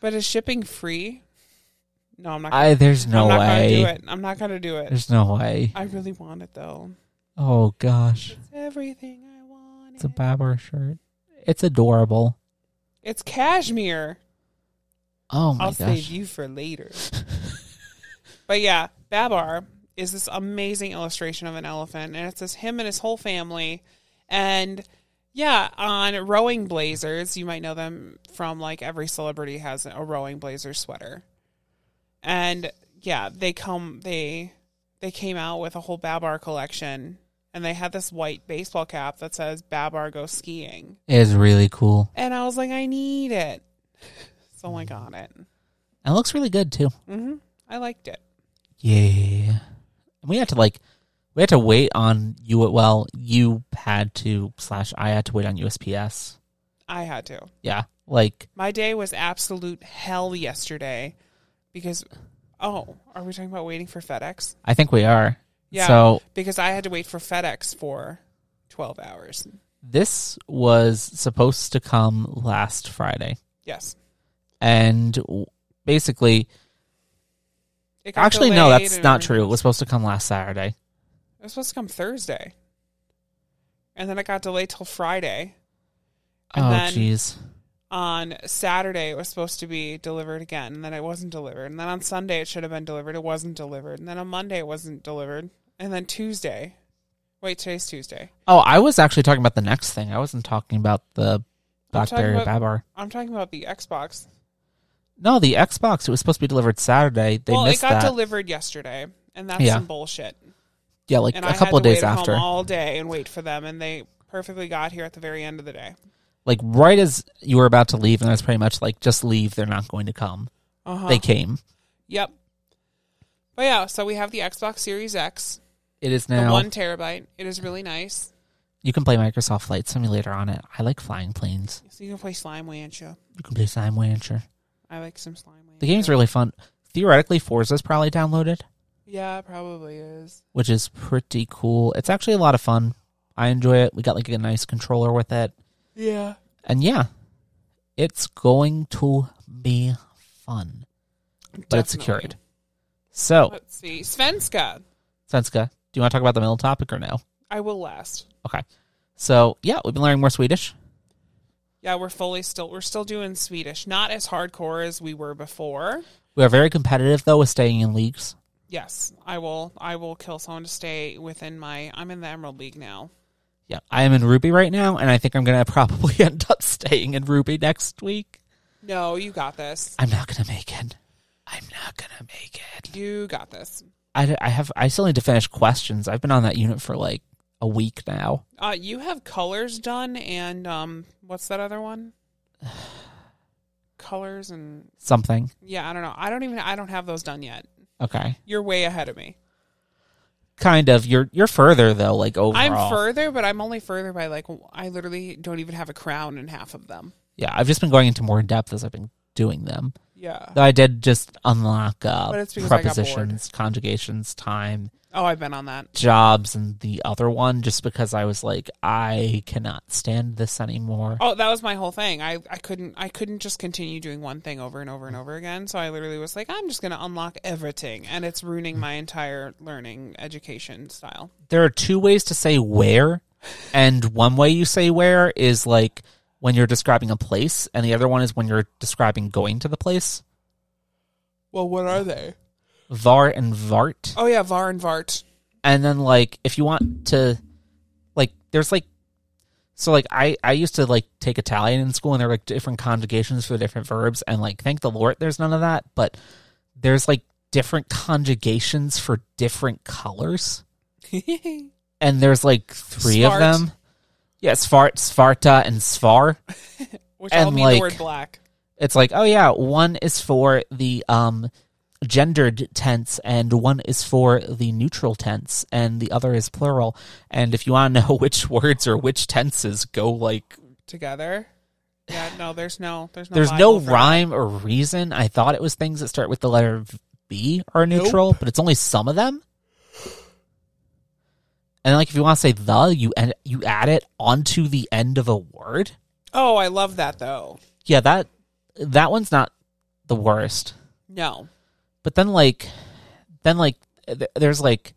Speaker 2: But is shipping free? No, I'm not.
Speaker 1: I there's
Speaker 2: I'm
Speaker 1: no
Speaker 2: not gonna do
Speaker 1: way.
Speaker 2: it. I'm not gonna do it.
Speaker 1: There's no way.
Speaker 2: I really want it though.
Speaker 1: Oh gosh.
Speaker 2: It's everything I want.
Speaker 1: It's a Babar shirt. It's adorable.
Speaker 2: It's cashmere.
Speaker 1: Oh my
Speaker 2: I'll save
Speaker 1: gosh.
Speaker 2: you for later. but yeah, Babar is this amazing illustration of an elephant, and it's this him and his whole family, and yeah, on rowing blazers. You might know them from like every celebrity has a rowing blazer sweater, and yeah, they come they they came out with a whole Babar collection, and they had this white baseball cap that says Babar goes skiing,
Speaker 1: It is really cool.
Speaker 2: and I was like, I need it, so I got it.
Speaker 1: And it looks really good too.
Speaker 2: hmm I liked it.
Speaker 1: Yeah. And we had to like we had to wait on you well, you had to slash I had to wait on USPS.
Speaker 2: I had to.
Speaker 1: Yeah. Like
Speaker 2: My day was absolute hell yesterday because, oh, are we talking about waiting for FedEx?
Speaker 1: I think we are.
Speaker 2: Yeah.
Speaker 1: So
Speaker 2: Because I had to wait for FedEx for 12 hours.
Speaker 1: this was supposed to come last Friday,
Speaker 2: Yes.
Speaker 1: and w- basically,
Speaker 2: It got
Speaker 1: actually, no,
Speaker 2: delayed
Speaker 1: that's
Speaker 2: and
Speaker 1: not
Speaker 2: everything.
Speaker 1: true. It was supposed to come last Saturday.
Speaker 2: It was supposed to come Thursday. And then it got delayed till Friday. And
Speaker 1: oh,
Speaker 2: then-
Speaker 1: jeez.
Speaker 2: On Saturday, it was supposed to be delivered again. And then it wasn't delivered. And then on Sunday, it should have been delivered. It wasn't delivered. And then on Monday, it wasn't delivered. And then Tuesday. Wait, today's Tuesday.
Speaker 1: Oh, I was actually talking about the next thing. I wasn't talking about the
Speaker 2: I'm talking
Speaker 1: BlackBerry or
Speaker 2: about-
Speaker 1: Babar.
Speaker 2: I'm talking about the Xbox.
Speaker 1: No, the Xbox. It was supposed to be delivered Saturday. They
Speaker 2: well,
Speaker 1: missed
Speaker 2: it got
Speaker 1: that.
Speaker 2: delivered yesterday, and that's
Speaker 1: Yeah.
Speaker 2: some bullshit.
Speaker 1: yeah, like
Speaker 2: And
Speaker 1: a
Speaker 2: I
Speaker 1: couple
Speaker 2: had
Speaker 1: of
Speaker 2: to
Speaker 1: days
Speaker 2: wait at
Speaker 1: after.
Speaker 2: home all day and wait for them, and they perfectly got here at the very end of the day.
Speaker 1: Like right as you were about to leave, and that's pretty much like just leave. They're not going to come.
Speaker 2: Uh-huh.
Speaker 1: They came.
Speaker 2: yep. But yeah, so we have the Xbox Series X,
Speaker 1: It is
Speaker 2: the
Speaker 1: now.
Speaker 2: one terabyte. It is really nice.
Speaker 1: you can play Microsoft Flight Simulator on it. I like flying planes.
Speaker 2: So you can play Slime Rancher.
Speaker 1: You can play Slime Rancher.
Speaker 2: I like some Slime Rancher.
Speaker 1: The game's really fun. Theoretically, Forza's probably downloaded,
Speaker 2: yeah, it probably is.
Speaker 1: which is pretty cool. It's actually a lot of fun. I enjoy it. We got like a nice controller with it,
Speaker 2: Yeah.
Speaker 1: and yeah, It's going to be fun, but it's
Speaker 2: Definitely.
Speaker 1: secured. So,
Speaker 2: Let's see. Svenska.
Speaker 1: Svenska, do you want to talk about the middle topic or no?
Speaker 2: I will last.
Speaker 1: Okay. So, yeah, we've been learning more Swedish.
Speaker 2: Yeah, we're fully still we're still doing Swedish. Not as hardcore as we were before.
Speaker 1: We are very competitive, though, with staying in leagues.
Speaker 2: Yes, I will I will kill someone to stay within my I'm in the Emerald League now.
Speaker 1: Yeah, I am in Ruby right now, and I think I'm going to probably end up staying in Ruby next week.
Speaker 2: No, you got this.
Speaker 1: I'm not going to make it. I'm not going to make it.
Speaker 2: You got this.
Speaker 1: I, I have. I still need to finish questions. I've been on that unit for like a week now.
Speaker 2: Uh you have colors done and um what's that other one? colors and
Speaker 1: Something.
Speaker 2: yeah, I don't know. I don't even I don't have those done yet.
Speaker 1: Okay.
Speaker 2: You're way ahead of me.
Speaker 1: Kind of. You're you're further though. Like overall.
Speaker 2: I'm further, but I'm only further by like I literally don't even have a crown in half of them.
Speaker 1: Yeah, I've just been going into more depth as I've been doing them.
Speaker 2: Yeah.
Speaker 1: Though I did just unlock uh,
Speaker 2: But it's because I got bored.
Speaker 1: prepositions, conjugations, time,
Speaker 2: Oh, I've been on that.
Speaker 1: jobs, and the other one just because I was like, I cannot stand this anymore.
Speaker 2: Oh, that was my whole thing. I, I couldn't I couldn't just continue doing one thing over and over and over again. So I literally was like, I'm just gonna unlock everything and it's ruining my entire learning education style.
Speaker 1: there are two ways to say where, and one way you say where is like when you're describing a place, and the other one is when you're describing going to the place.
Speaker 2: Well, what are they?
Speaker 1: Var and vart,
Speaker 2: Oh yeah, Var and Vart.
Speaker 1: and then like if you want to, like there's like, so like I I used to like take Italian in school, and there were like different conjugations for the different verbs, and like thank the Lord there's none of that, but there's like different conjugations for different colors. and there's like three
Speaker 2: Svart.
Speaker 1: of them. Yeah, Svart, Svarta, and Svar.
Speaker 2: Which
Speaker 1: And,
Speaker 2: all mean
Speaker 1: like-
Speaker 2: the word black.
Speaker 1: It's like, oh yeah, one is for the um gendered tense and one is for the neutral tense and the other is plural. And if you want to know which words or which tenses go like
Speaker 2: Together. Yeah, no, there's no there's no
Speaker 1: there's
Speaker 2: Bible
Speaker 1: no
Speaker 2: for that.
Speaker 1: rhyme or reason. I thought it was things that start with the letter B are neutral, but it's only some of them. And like if you want to say the, you end, you add it onto the end of a word.
Speaker 2: Oh, I love that though.
Speaker 1: yeah that that one's not the worst
Speaker 2: No.
Speaker 1: but then like then like th- there's like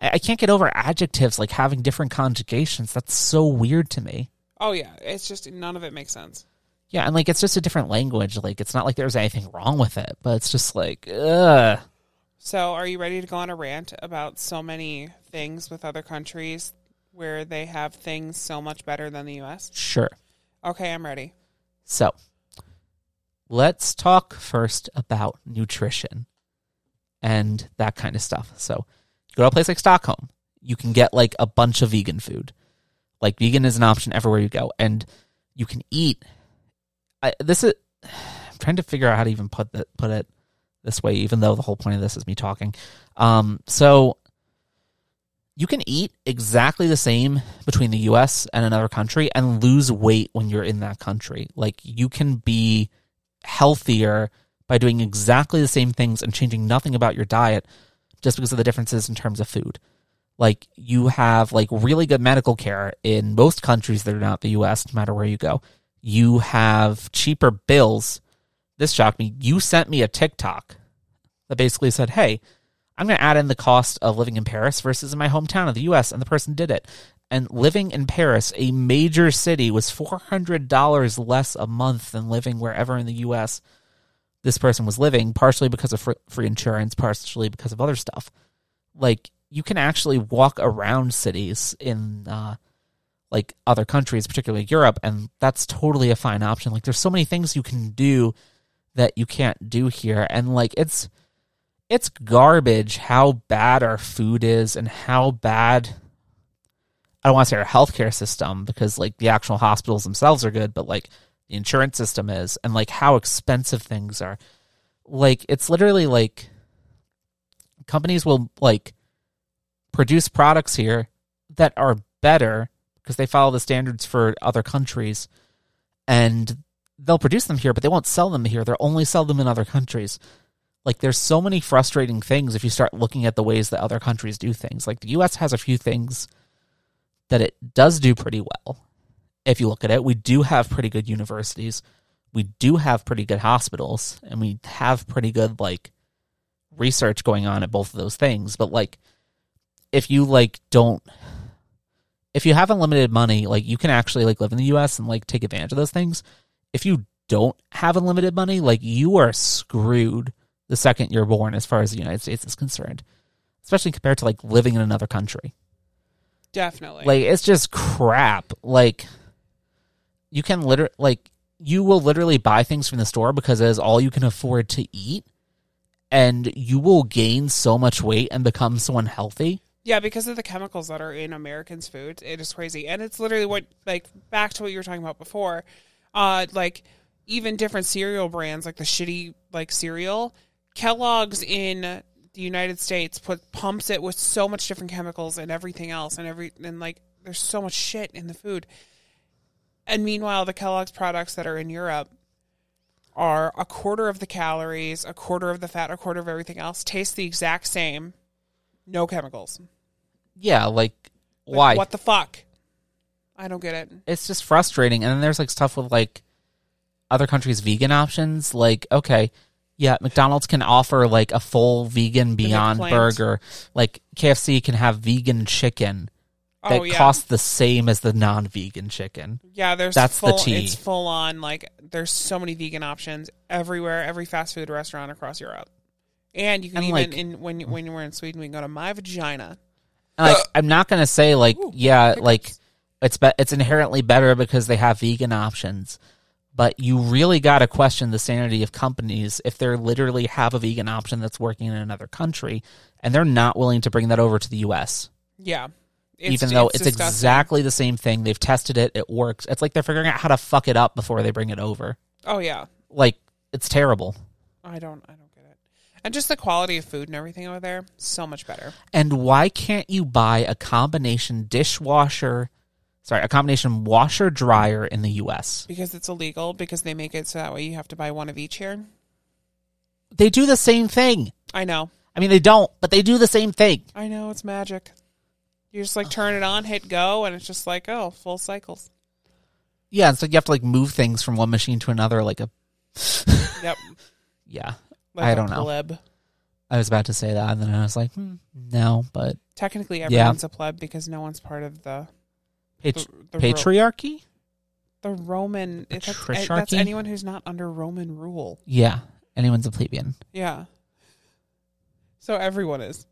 Speaker 1: I I can't get over adjectives like having different conjugations. That's so weird to me.
Speaker 2: Oh yeah. It's just none of it makes sense.
Speaker 1: Yeah, and like it's just a different language. Like it's not like there's anything wrong with it, but it's just like ugh.
Speaker 2: So, are you ready to go on a rant about so many things with other countries where they have things so much better than the US?
Speaker 1: Sure.
Speaker 2: Okay, I'm ready.
Speaker 1: So let's talk first about nutrition and that kind of stuff. So you go to a place like Stockholm, you can get like a bunch of vegan food. Like vegan is an option everywhere you go, and you can eat. I, this is I'm trying to figure out how to even put that put it this way, even though the whole point of this is me talking. Um, so you can eat exactly the same between the US and another country and lose weight when you're in that country. Like you can be healthier by doing exactly the same things and changing nothing about your diet just because of the differences in terms of food. Like you have like really good medical care in most countries that are not the US, no matter where you go. You have cheaper bills. This shocked me. You sent me a TikTok that basically said, Hey, I'm going to add in the cost of living in Paris versus in my hometown of the US. And the person did it. And living in Paris, a major city, was $400 less a month than living wherever in the US this person was living, partially because of fr- free insurance, partially because of other stuff. Like, you can actually walk around cities in uh, like other countries, particularly Europe, and that's totally a fine option. Like, there's so many things you can do that you can't do here. And like, it's it's garbage how bad our food is and how bad I don't want to say our healthcare system because like the actual hospitals themselves are good, but like the insurance system is and like how expensive things are. Like it's literally like companies will like produce products here that are better because they follow the standards for other countries and they'll produce them here but they won't sell them here they'll only sell them in other countries like there's so many frustrating things if you start looking at the ways that other countries do things like the US has a few things that it does do pretty well if you look at it we do have pretty good universities we do have pretty good hospitals and we have pretty good like research going on at both of those things but like if you like don't if you have unlimited money like you can actually like live in the US and like take advantage of those things if you don't have unlimited money like you are screwed the second you're born as far as the United States is concerned especially compared to like living in another country
Speaker 2: Definitely.
Speaker 1: like it's just crap like you can literally like you will literally buy things from the store because it is all you can afford to eat and you will gain so much weight and become so unhealthy
Speaker 2: yeah, because of the chemicals that are in Americans' food, it is crazy. And it's literally what, like, back to what you were talking about before. Uh, like, even different cereal brands, like the shitty, like, cereal, Kellogg's in the United States put pumps it with so much different chemicals and everything else, and every, and like, there's so much shit in the food. And meanwhile, the Kellogg's products that are in Europe are a quarter of the calories, a quarter of the fat, a quarter of everything else, taste the exact same, no chemicals.
Speaker 1: yeah like
Speaker 2: Like,
Speaker 1: why
Speaker 2: What the fuck? I don't get it.
Speaker 1: it's just frustrating and then there's like stuff with like other countries vegan options like okay yeah mcdonald's can offer like a full vegan beyond
Speaker 2: plant.
Speaker 1: burger like kfc can have vegan chicken that
Speaker 2: Oh yeah,
Speaker 1: costs the same as the non-vegan chicken
Speaker 2: yeah. There's
Speaker 1: that's the
Speaker 2: full,
Speaker 1: tea.
Speaker 2: It's full on. Like there's so many vegan options everywhere. Every fast food restaurant across Europe, and you can
Speaker 1: And,
Speaker 2: even
Speaker 1: like-
Speaker 2: in when you- when you were in Sweden, we can go to my vagina.
Speaker 1: And, like I'm not gonna say like
Speaker 2: Uh, Ooh,
Speaker 1: yeah
Speaker 2: hiccups.
Speaker 1: like it's be- it's inherently better because they have vegan options, but you really gotta question the sanity of companies if they're literally have a vegan option that's working in another country and they're not willing to bring that over to the U.S.
Speaker 2: Yeah, It's-
Speaker 1: even though it's,
Speaker 2: disgusting.
Speaker 1: exactly the same thing. They've tested it, it works. It's like they're figuring out how to fuck it up before they bring it over.
Speaker 2: Oh yeah,
Speaker 1: Like it's terrible.
Speaker 2: I don't. I don't get it. And just the quality of food and everything over there, so much better.
Speaker 1: And why can't you buy a combination dishwasher, sorry, a combination washer dryer in the U.S.
Speaker 2: Because it's illegal. Because they make it so that way you have to buy one of each here.
Speaker 1: They do the same thing.
Speaker 2: I know.
Speaker 1: I mean, they don't, but they do the same thing.
Speaker 2: I know it's magic. You just like turn it on, hit go, and it's just like oh, full cycles.
Speaker 1: Yeah, and so you have to like move things from one machine to another. Like a
Speaker 2: Yep.
Speaker 1: yeah,
Speaker 2: Like
Speaker 1: I
Speaker 2: a
Speaker 1: don't know.
Speaker 2: Pleb.
Speaker 1: I was about to say that, and then I was like, hmm, no, but
Speaker 2: Technically, everyone's a pleb because no one's part of the
Speaker 1: patri-
Speaker 2: the, the, Ro-
Speaker 1: patriarchy.
Speaker 2: the Roman. It, that's, eh, that's
Speaker 1: Patriarchy?
Speaker 2: anyone who's not under Roman rule.
Speaker 1: Yeah, anyone's a plebeian.
Speaker 2: Yeah. So everyone is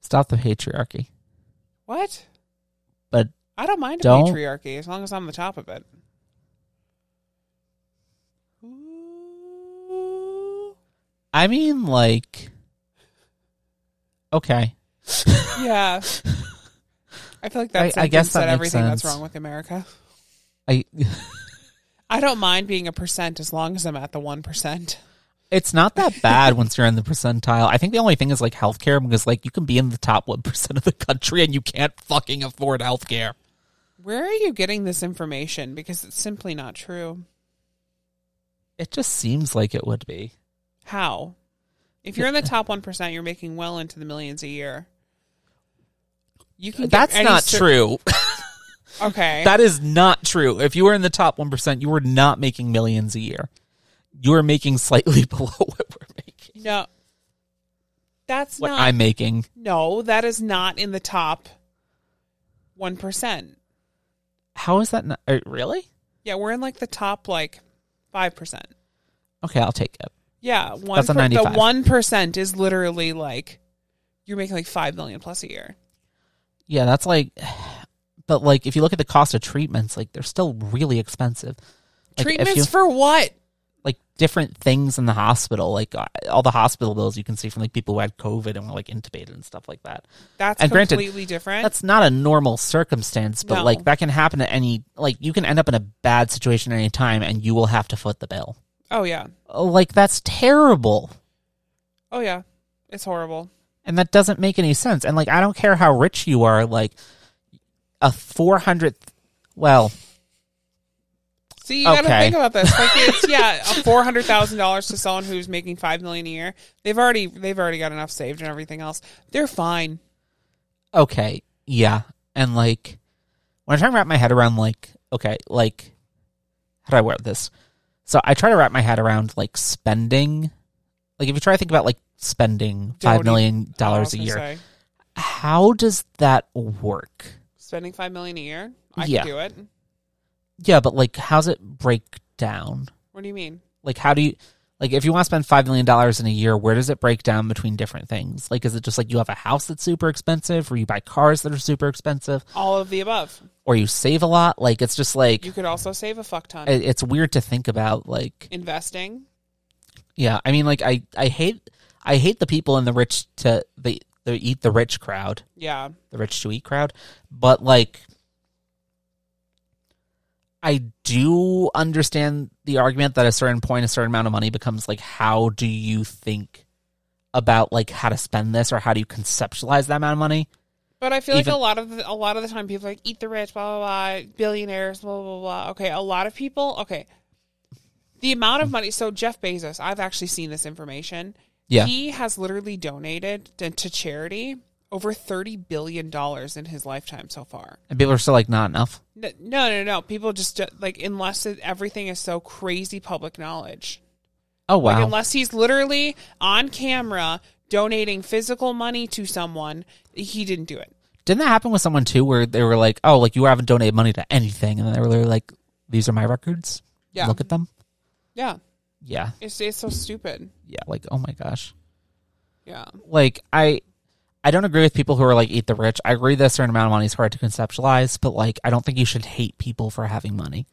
Speaker 1: Stop the patriarchy.
Speaker 2: what?
Speaker 1: But-
Speaker 2: I don't mind a
Speaker 1: Don't-
Speaker 2: patriarchy as long as I'm the top of it. Ooh.
Speaker 1: I mean, like, okay,
Speaker 2: Yeah. I feel like that
Speaker 1: I- I
Speaker 2: sentence
Speaker 1: guess that
Speaker 2: said
Speaker 1: makes
Speaker 2: everything that's
Speaker 1: sense.
Speaker 2: wrong with America.
Speaker 1: I.
Speaker 2: I don't mind being a percent as long as I'm at the one percent.
Speaker 1: It's not that bad once you're in the percentile. I think the only thing is like healthcare because like you can be in the top one percent of the country and you can't fucking afford healthcare.
Speaker 2: Where are you getting this information? Because it's simply not true.
Speaker 1: It just seems like it would be.
Speaker 2: How? If you're in the top one percent, you're making well into the millions a year. You can. get
Speaker 1: That's
Speaker 2: any
Speaker 1: not
Speaker 2: cer-
Speaker 1: true.
Speaker 2: Okay.
Speaker 1: that is not true. If you were in the top one percent, you were not making millions a year. You were making slightly below what we're making.
Speaker 2: no. That's
Speaker 1: What
Speaker 2: not.
Speaker 1: I'm making.
Speaker 2: no, that is not in the top one percent.
Speaker 1: How is that not uh, really?
Speaker 2: Yeah, we're in like the top like five percent.
Speaker 1: Okay, I'll take it.
Speaker 2: Yeah, one
Speaker 1: That's a
Speaker 2: per- the
Speaker 1: 95.
Speaker 2: one percent is literally like you're making like five million plus a year.
Speaker 1: Yeah, that's like, but like if you look at the cost of treatments, like they're still really expensive. Like, if
Speaker 2: Treatments
Speaker 1: you-
Speaker 2: for what?
Speaker 1: like different things in the hospital, like uh, all the hospital bills you can see from like people who had COVID and were like intubated and stuff like that.
Speaker 2: That's
Speaker 1: And granted,
Speaker 2: completely different.
Speaker 1: That's not a normal circumstance, but
Speaker 2: No.
Speaker 1: like that can happen at any. Like you can end up in a bad situation at any time, and you will have to foot the bill.
Speaker 2: oh yeah,
Speaker 1: Oh, Like that's terrible,
Speaker 2: oh yeah, it's horrible.
Speaker 1: and that doesn't make any sense. And like I don't care how rich you are, like a four hundred. Well,
Speaker 2: See, you gotta
Speaker 1: Okay.
Speaker 2: think about this. Like it's yeah, four hundred thousand dollars to someone who's making five million a year. They've already they've already got enough saved and everything else. They're fine.
Speaker 1: okay, yeah, and like when I'm trying to wrap my head around, like, okay, like, how do I wear this? So I try to wrap my head around like spending. Like if you try to think about like spending five
Speaker 2: Don't
Speaker 1: million
Speaker 2: I
Speaker 1: dollars
Speaker 2: was
Speaker 1: a
Speaker 2: gonna
Speaker 1: year,
Speaker 2: say,
Speaker 1: how does that work?
Speaker 2: spending five million a year, I
Speaker 1: Yeah.
Speaker 2: can do it.
Speaker 1: Yeah, but like how's it break down?
Speaker 2: What do you mean?
Speaker 1: Like how do you like if you want to spend five million dollars in a year, where does it break down between different things? Like is it just like you have a house that's super expensive, or you buy cars that are super expensive,
Speaker 2: All of the above.
Speaker 1: or you save a lot? Like it's just like
Speaker 2: You could also save a fuck ton.
Speaker 1: it- it's weird to think about like
Speaker 2: Investing.
Speaker 1: Yeah, I mean, like I, I hate, I hate the people in the rich to the the eat the rich crowd,
Speaker 2: Yeah.
Speaker 1: the rich to eat crowd, but like, I do understand the argument that at a certain point, a certain amount of money becomes like, how do you think about like how to spend this, or how do you conceptualize that amount of money?
Speaker 2: But I feel
Speaker 1: Even-
Speaker 2: like a lot of the, a lot of the time people are like eat the rich, blah blah blah, billionaires, blah blah blah. Okay, a lot of people. Okay, the amount of money. So Jeff Bezos, I've actually seen this information.
Speaker 1: Yeah.
Speaker 2: he has literally donated to, to charity over thirty billion dollars in his lifetime so far.
Speaker 1: And people are still like, not enough.
Speaker 2: N- No, no, no. People just do- like unless it, everything is so crazy public knowledge.
Speaker 1: Oh
Speaker 2: Like,
Speaker 1: wow,
Speaker 2: unless he's literally on camera donating physical money to someone, he didn't do it.
Speaker 1: didn't that happen with someone too, where they were like, oh, like you haven't donated money to anything, and they were literally like, these are my records.
Speaker 2: Yeah.
Speaker 1: look at them.
Speaker 2: Yeah.
Speaker 1: Yeah.
Speaker 2: It's it's so stupid.
Speaker 1: yeah like oh my gosh
Speaker 2: Yeah.
Speaker 1: like i i don't agree with people who are like eat the rich i agree that a certain amount of money is hard to conceptualize but like i don't think you should hate people for having money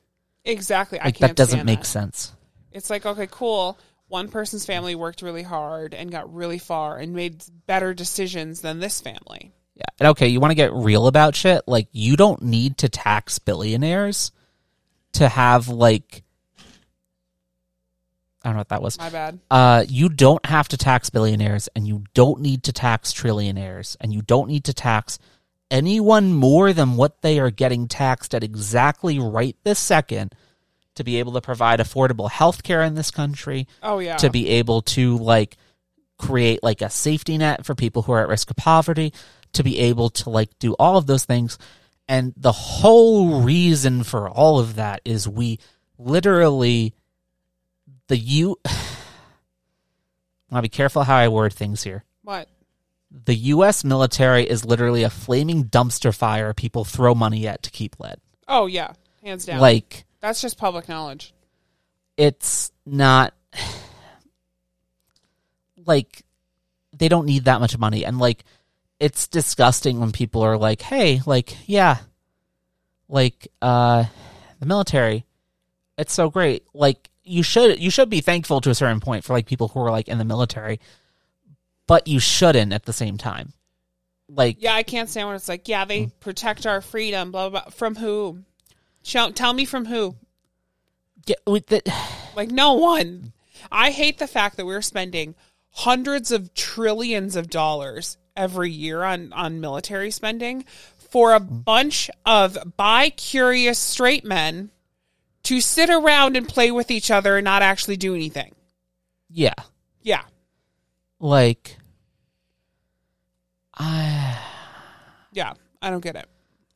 Speaker 2: Exactly. I
Speaker 1: like
Speaker 2: can't
Speaker 1: that doesn't
Speaker 2: stand
Speaker 1: make
Speaker 2: that.
Speaker 1: sense
Speaker 2: It's like, okay, cool. One person's family worked really hard and got really far and made better decisions than this family.
Speaker 1: yeah and okay you want to get real about shit like you don't need to tax billionaires to have like i don't know what that was
Speaker 2: My bad.
Speaker 1: uh, you don't have to tax billionaires and you don't need to tax trillionaires and you don't need to tax anyone more than what they are getting taxed at exactly right this second to be able to provide affordable health care in this country
Speaker 2: Oh yeah.
Speaker 1: to be able to like create like a safety net for people who are at risk of poverty to be able to like do all of those things and the whole reason for all of that is we literally the u I'll be careful how I word things here.
Speaker 2: what?
Speaker 1: The US military is literally a flaming dumpster fire people throw money at to keep lit.
Speaker 2: Oh yeah. Hands down.
Speaker 1: Like
Speaker 2: That's just public knowledge.
Speaker 1: it's not like they don't need that much money and like it's disgusting when people are like hey like yeah like uh the military it's so great like you should you should be thankful to a certain point for like people who are like in the military but you shouldn't at the same time like
Speaker 2: Yeah, I can't stand when it's like, yeah,
Speaker 1: Mm.
Speaker 2: they protect our freedom, blah blah. blah. From who? Show, tell me from who?
Speaker 1: yeah, with the,
Speaker 2: Like no one. I hate the fact that we're spending hundreds of trillions of dollars every year on on military spending for a bunch of bi-curious straight men to sit around and play with each other and not actually do anything.
Speaker 1: yeah
Speaker 2: Yeah.
Speaker 1: like i
Speaker 2: Yeah. I don't get it.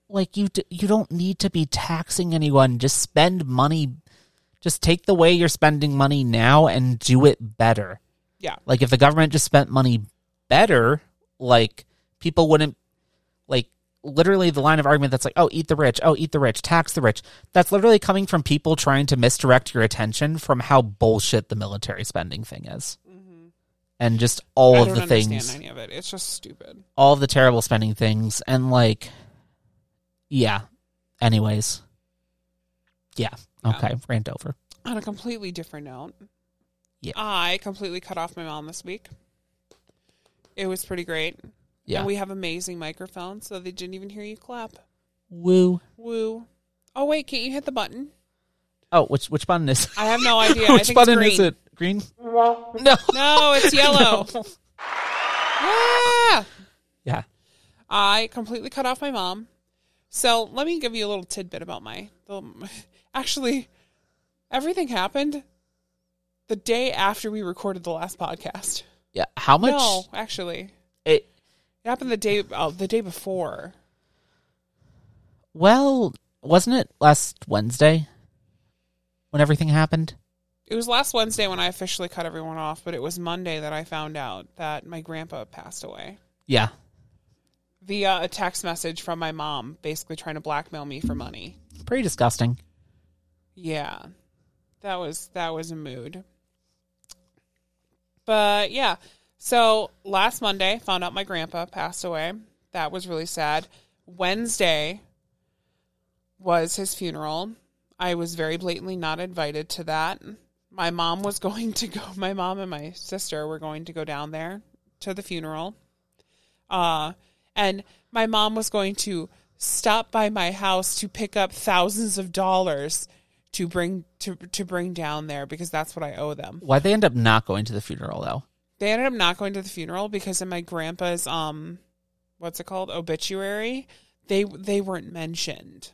Speaker 1: like you d- you don't need to be taxing anyone just spend money just take the way you're spending money now and do it better
Speaker 2: Yeah.
Speaker 1: like if the government just spent money better like people wouldn't like literally the line of argument that's like oh eat the rich oh eat the rich tax the rich that's literally coming from people trying to misdirect your attention from how bullshit the military spending thing is and just all
Speaker 2: Mm-hmm. I
Speaker 1: of
Speaker 2: don't
Speaker 1: the
Speaker 2: understand
Speaker 1: things
Speaker 2: any of it. It's just stupid.
Speaker 1: all the terrible spending things and like yeah anyways yeah okay rant over
Speaker 2: On a completely different note,
Speaker 1: Yeah.
Speaker 2: I completely cut off my mom this week. It was pretty great.
Speaker 1: yeah
Speaker 2: And we have amazing microphones, so they didn't even hear you clap.
Speaker 1: woo
Speaker 2: Woo. Oh, wait, can't you hit the button?
Speaker 1: oh which which button is
Speaker 2: I have no idea. I
Speaker 1: which
Speaker 2: think
Speaker 1: button
Speaker 2: it's
Speaker 1: is
Speaker 2: green.
Speaker 1: it green no
Speaker 2: No, it's yellow. Yeah.
Speaker 1: yeah
Speaker 2: I completely cut off my mom. So let me give you a little tidbit about my. The, actually, everything happened the day after we recorded the last podcast.
Speaker 1: yeah how much
Speaker 2: No, actually,
Speaker 1: it,
Speaker 2: it happened the day oh, the day before.
Speaker 1: well wasn't it last wednesday when everything happened
Speaker 2: It was last Wednesday when I officially cut everyone off, but it was Monday that I found out that my grandpa passed away
Speaker 1: Yeah.
Speaker 2: via a text message from my mom, basically trying to blackmail me for money.
Speaker 1: Pretty disgusting.
Speaker 2: Yeah. That was that was a mood. But yeah. So last Monday found out my grandpa passed away. That was really sad. Wednesday was his funeral. I was very blatantly not invited to that. My mom was going to go my mom and my sister were going to go down there to the funeral. Uh and my mom was going to stop by my house to pick up thousands of dollars to bring to to bring down there because that's what I owe them.
Speaker 1: Why'd they end up not going to the funeral though?
Speaker 2: They ended up not going to the funeral because in my grandpa's um what's it called obituary they they weren't mentioned.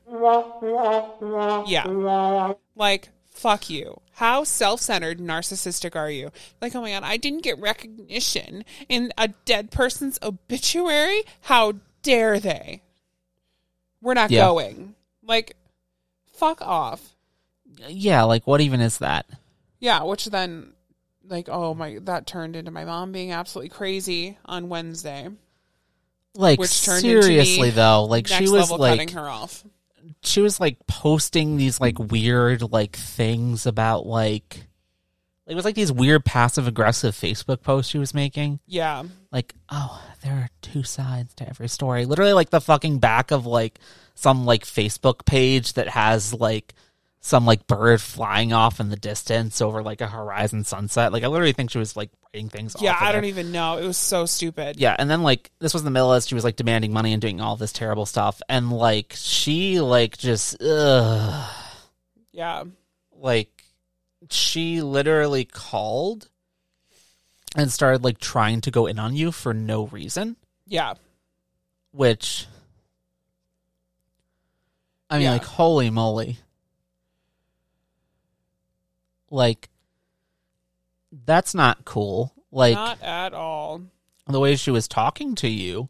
Speaker 2: Yeah. Like fuck you. How self-centered and narcissistic are you? Like oh my god, I didn't get recognition in a dead person's obituary? How dare they? We're not
Speaker 1: Yeah.
Speaker 2: going. Like fuck off.
Speaker 1: Yeah, like what even is that?
Speaker 2: Yeah, which then, like, oh my, that turned into my mom being absolutely crazy on Wednesday.
Speaker 1: Like
Speaker 2: Which turned into
Speaker 1: seriously
Speaker 2: me
Speaker 1: though, like
Speaker 2: Next
Speaker 1: she was
Speaker 2: level
Speaker 1: like
Speaker 2: cutting her off.
Speaker 1: she was like posting these like weird like things about like it was like these weird passive aggressive Facebook posts she was making.
Speaker 2: Yeah,
Speaker 1: Like, oh, there are two sides to every story. Literally like the fucking back of like some like Facebook page that has like some like bird flying off in the distance over like a horizon sunset. Like I literally think she was like writing things
Speaker 2: yeah.
Speaker 1: off of
Speaker 2: I
Speaker 1: there.
Speaker 2: don't e- even know. It was so stupid.
Speaker 1: yeah, and then like this was in the middle as she was like demanding money and doing all this terrible stuff, and like she like just ugh,
Speaker 2: Yeah,
Speaker 1: like she literally called and started like trying to go in on you for no reason,
Speaker 2: yeah.
Speaker 1: which I mean,
Speaker 2: Yeah.
Speaker 1: like holy moly, like that's not cool. Like
Speaker 2: Not at all.
Speaker 1: the way she was talking to you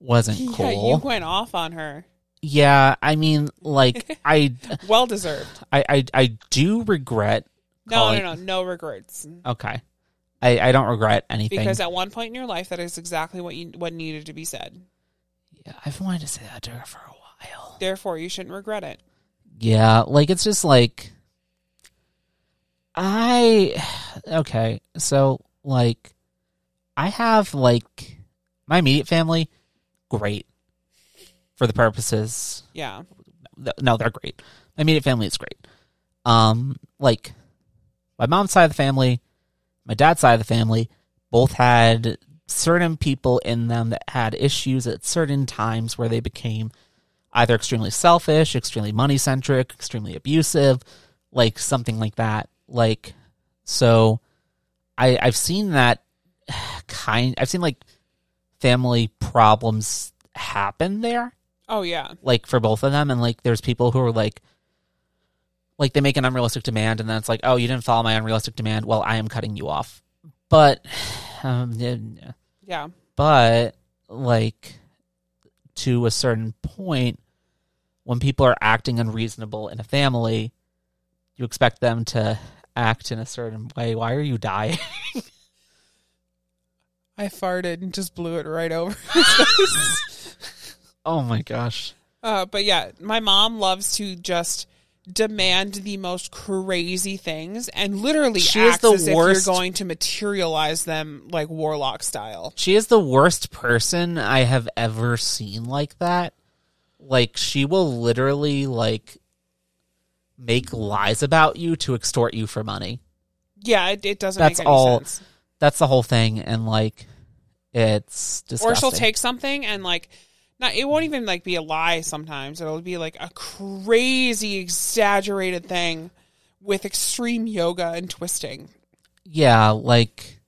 Speaker 1: wasn't cool.
Speaker 2: Yeah, you went off on her.
Speaker 1: Yeah, I mean, like I,
Speaker 2: Well deserved.
Speaker 1: I, I, I do regret.
Speaker 2: No,
Speaker 1: calling-
Speaker 2: no, no, no regrets.
Speaker 1: Okay, I, I don't regret anything.
Speaker 2: Because at one point in your life, that is exactly what you what needed to be said.
Speaker 1: yeah, I've wanted to say that to her for a while.
Speaker 2: Therefore, you shouldn't regret it.
Speaker 1: Yeah, like it's just like I. Okay, so like I have like my immediate family, great for the purposes
Speaker 2: Yeah,
Speaker 1: th- no, they're great. My immediate family is great. Um, like my mom's side of the family, my dad's side of the family, both had certain people in them that had issues at certain times where they became either extremely selfish, extremely money centric, extremely abusive, like something like that. Like, so I I've seen that kind. I've seen like family problems happen there
Speaker 2: Oh yeah.
Speaker 1: like for both of them and like there's people who are like like they make an unrealistic demand and then it's like oh you didn't follow my unrealistic demand well i am cutting you off but um yeah, yeah.
Speaker 2: Yeah.
Speaker 1: but like to a certain point when people are acting unreasonable in a family you expect them to act in a certain way why are you dying
Speaker 2: I farted and just blew it right over.
Speaker 1: oh my gosh
Speaker 2: Uh, but yeah, my mom loves to just demand the most crazy things and literally
Speaker 1: She is
Speaker 2: acts
Speaker 1: the
Speaker 2: as
Speaker 1: worst-
Speaker 2: if you're going to materialize them like warlock style.
Speaker 1: She is the worst person I have ever seen like that. Like she will literally like make lies about you to extort you for money.
Speaker 2: Yeah, it, it doesn't
Speaker 1: That's
Speaker 2: make any
Speaker 1: all
Speaker 2: sense.
Speaker 1: That's the whole thing and like it's disgusting.
Speaker 2: Or she'll take something and like not it won't even like be a lie sometimes. It'll be like a crazy exaggerated thing with extreme yoga and twisting.
Speaker 1: Yeah, like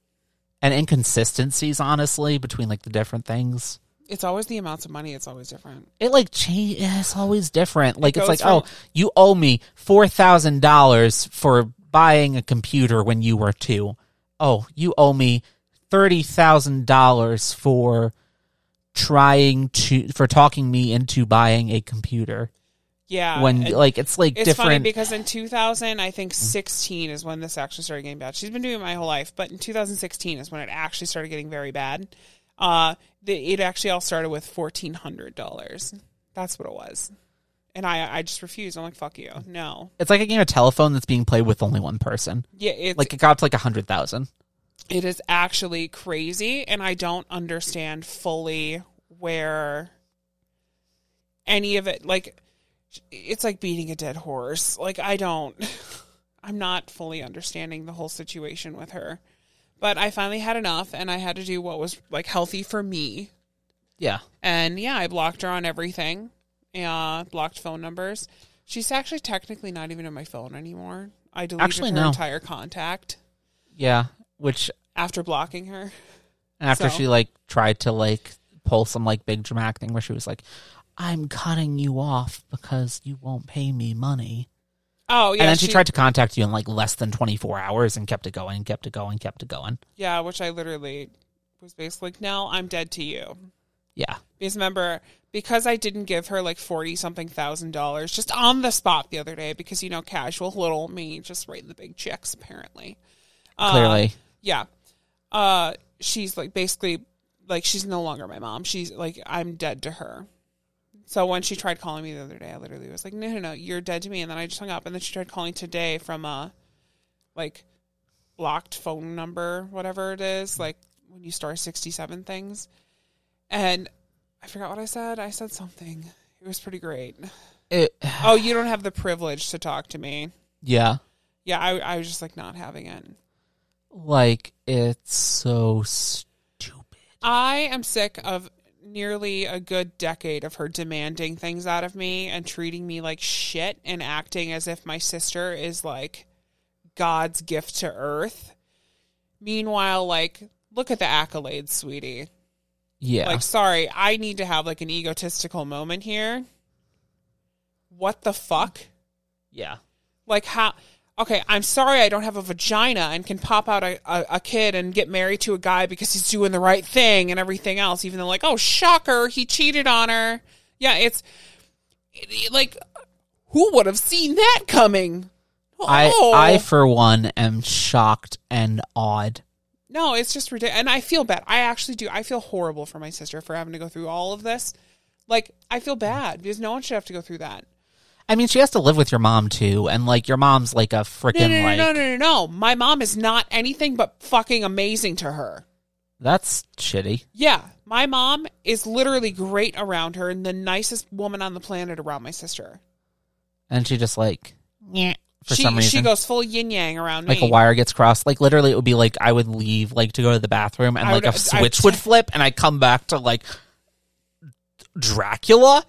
Speaker 1: and inconsistencies honestly between like the different things.
Speaker 2: It's always the amounts of money, it's always different.
Speaker 1: It like change it's always different. Like it's
Speaker 2: goes
Speaker 1: like,
Speaker 2: from-
Speaker 1: oh, you owe me four thousand dollars for buying a computer when you were two. Oh, you owe me thirty thousand dollars for trying to for talking me into buying a computer.
Speaker 2: Yeah.
Speaker 1: when
Speaker 2: Uh, it-
Speaker 1: like it's like
Speaker 2: it's funny
Speaker 1: different.
Speaker 2: because in 2000, I think 16 is when this actually started getting bad. She's been doing it my whole life, but in 2016 is when it actually started getting very bad. Uh, the, it actually all started with $1,400. That's what it was. And I, I just refused. I'm like, fuck you. No.
Speaker 1: it's like a game of telephone that's being played with only one person.
Speaker 2: Yeah. It's,
Speaker 1: Like it got up to like a hundred thousand.
Speaker 2: it is actually crazy and i don't understand fully where any of it like it's like beating a dead horse like i don't i'm not fully understanding the whole situation with her but i finally had enough and i had to do what was like healthy for me
Speaker 1: Yeah,
Speaker 2: and yeah i blocked her on everything yeah blocked phone numbers she's actually technically not even in my phone anymore i deleted
Speaker 1: Actually,
Speaker 2: her
Speaker 1: no.
Speaker 2: entire contact
Speaker 1: yeah. Which
Speaker 2: after blocking her
Speaker 1: after
Speaker 2: So-
Speaker 1: she like tried to like pull some like big dramatic thing where she was like, "I'm cutting you off because you won't pay me money,"
Speaker 2: oh yeah
Speaker 1: and then she,
Speaker 2: she
Speaker 1: tried to contact you in like less than twenty four hours and kept it going, kept it going, kept it going.
Speaker 2: Yeah, which I literally was basically like, no, I'm dead to you.
Speaker 1: Yeah,
Speaker 2: Because remember, because I didn't give her like 40 something thousand dollars just on the spot the other day, because, you know, casual little me just writing the big checks, apparently. Uh,
Speaker 1: clearly.
Speaker 2: Yeah. Uh, she's like basically, like, she's no longer my mom. She's like, I'm dead to her. So when she tried calling me the other day, I literally was like, no, no, no, you're dead to me. And then I just hung up. And then she tried calling today from a, like, blocked phone number, whatever it is, like when you star 67 things. And I forgot what I said. I said something. It was pretty great.
Speaker 1: It,
Speaker 2: Oh, you don't have the privilege to talk to me.
Speaker 1: yeah,
Speaker 2: Yeah, I, I was just like not having it.
Speaker 1: like it's so stupid.
Speaker 2: I am sick of nearly a good decade of her demanding things out of me and treating me like shit and acting as if my sister is like God's gift to earth. Meanwhile, like, look at the accolades, sweetie.
Speaker 1: Yeah,
Speaker 2: Like, sorry, I need to have like an egotistical moment here. What the fuck?
Speaker 1: yeah.
Speaker 2: Like, how? Okay, I'm sorry I don't have a vagina and can pop out a, a, a kid and get married to a guy because he's doing the right thing and everything else, even though, like, oh, shocker, he cheated on her. Yeah, it's it- it- like, who would have seen that coming?
Speaker 1: I
Speaker 2: Oh.
Speaker 1: I for one am shocked and awed.
Speaker 2: No, it's just ridiculous. And I feel bad. I actually do. I feel horrible for my sister for having to go through all of this. Like, I feel bad because no one should have to go through that.
Speaker 1: I mean, she has to live with your mom too, and like your mom's like a
Speaker 2: No,
Speaker 1: freaking
Speaker 2: no, no,
Speaker 1: like
Speaker 2: no, no, no, no. My mom is not anything but fucking amazing to her.
Speaker 1: that's shitty.
Speaker 2: Yeah. My mom is literally great around her and the nicest woman on the planet around my sister.
Speaker 1: And she just like yeah for
Speaker 2: she,
Speaker 1: some reason.
Speaker 2: she goes full yin yang around
Speaker 1: like
Speaker 2: me.
Speaker 1: a wire gets crossed. Like literally, it would be like I would leave like to go to the bathroom, and
Speaker 2: I
Speaker 1: like
Speaker 2: would-
Speaker 1: a
Speaker 2: I-
Speaker 1: switch would flip, and I come back to like Dracula.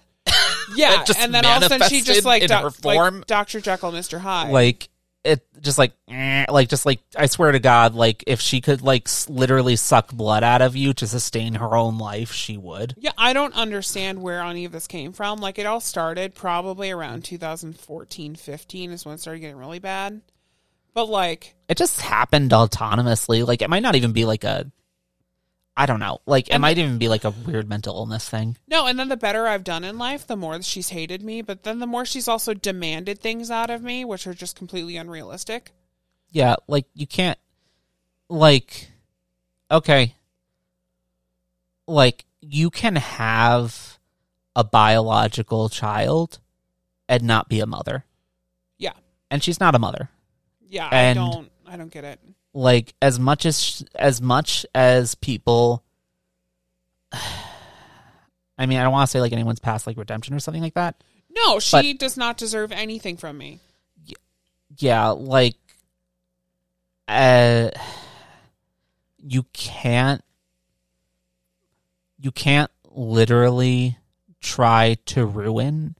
Speaker 2: yeah.
Speaker 1: that just
Speaker 2: and then all of a sudden she just
Speaker 1: manifested
Speaker 2: like,
Speaker 1: in
Speaker 2: doc-
Speaker 1: her form.
Speaker 2: like Dr. Jekyll, Mr. Hyde.
Speaker 1: Like it, just like eh, like just like I swear to God, like if she could like s- literally suck blood out of you to sustain her own life, she would.
Speaker 2: Yeah, I don't understand where any of this came from. Like, it all started probably around 2014, 15 is when it started getting really bad. But, like,
Speaker 1: It just happened autonomously. Like it might not even be like a. I don't know. Like it might even be like a weird mental illness thing.
Speaker 2: no, and then the better I've done in life, the more that she's hated me. But then the more she's also demanded things out of me, which are just completely unrealistic.
Speaker 1: Yeah, like you can't like okay. Like you can have a biological child and not be a mother.
Speaker 2: Yeah.
Speaker 1: And she's not a mother.
Speaker 2: Yeah,
Speaker 1: And-
Speaker 2: I don't. I don't get it.
Speaker 1: Like as much as as much as people I mean, I don't want to say like anyone's past like redemption or something like that.
Speaker 2: No, she does not deserve anything from me.
Speaker 1: yeah, like uh you can't you can't literally try to ruin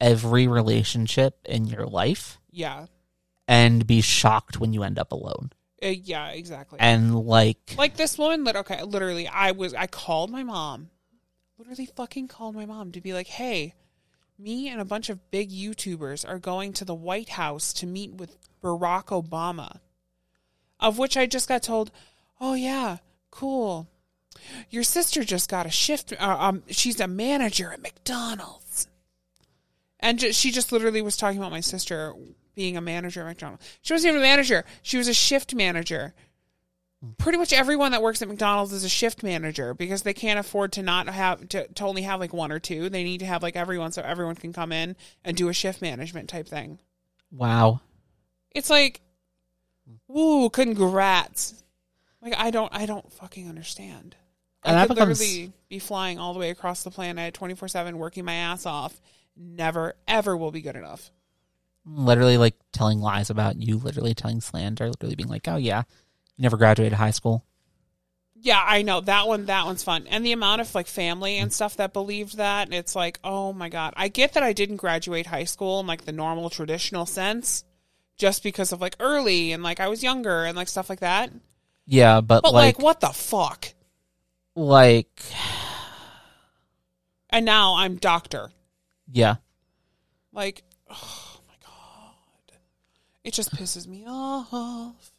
Speaker 1: every relationship in your life
Speaker 2: Yeah,
Speaker 1: and be shocked when you end up alone.
Speaker 2: Uh, yeah, exactly.
Speaker 1: And like
Speaker 2: like this woman lit okay literally i was i called my mom literally fucking called my mom to be like hey me and a bunch of big youtubers are going to the white house to meet with barack obama of which i just got told oh yeah cool your sister just got a shift uh, um she's a manager at mcdonald's And ju- she just literally was talking about my sister being a manager at McDonald's. She wasn't even a manager, she was a shift manager. Pretty much everyone that works at McDonald's is a shift manager because they can't afford to not have to, to only have like one or two. They need to have like everyone so everyone can come in and do a shift management type thing.
Speaker 1: Wow.
Speaker 2: It's like, woo, congrats. Like I don't, I don't fucking understand.
Speaker 1: And
Speaker 2: I
Speaker 1: that
Speaker 2: could
Speaker 1: becomes-
Speaker 2: literally be flying all the way across the planet, twenty four seven, working my ass off. Never, ever will be good enough.
Speaker 1: Literally like telling lies about you, literally telling slander, literally being like, oh yeah, you never graduated high school.
Speaker 2: Yeah, I know that one. That one's fun, and the amount of like family and stuff that believed that it's like, oh my god. I get that I didn't graduate high school in like the normal traditional sense, just because of like early and like I was younger and like stuff like that.
Speaker 1: Yeah, but,
Speaker 2: But
Speaker 1: like,
Speaker 2: like what the fuck?
Speaker 1: like,
Speaker 2: And now I'm doctor.
Speaker 1: yeah.
Speaker 2: Like, oh my god, it just pisses me off.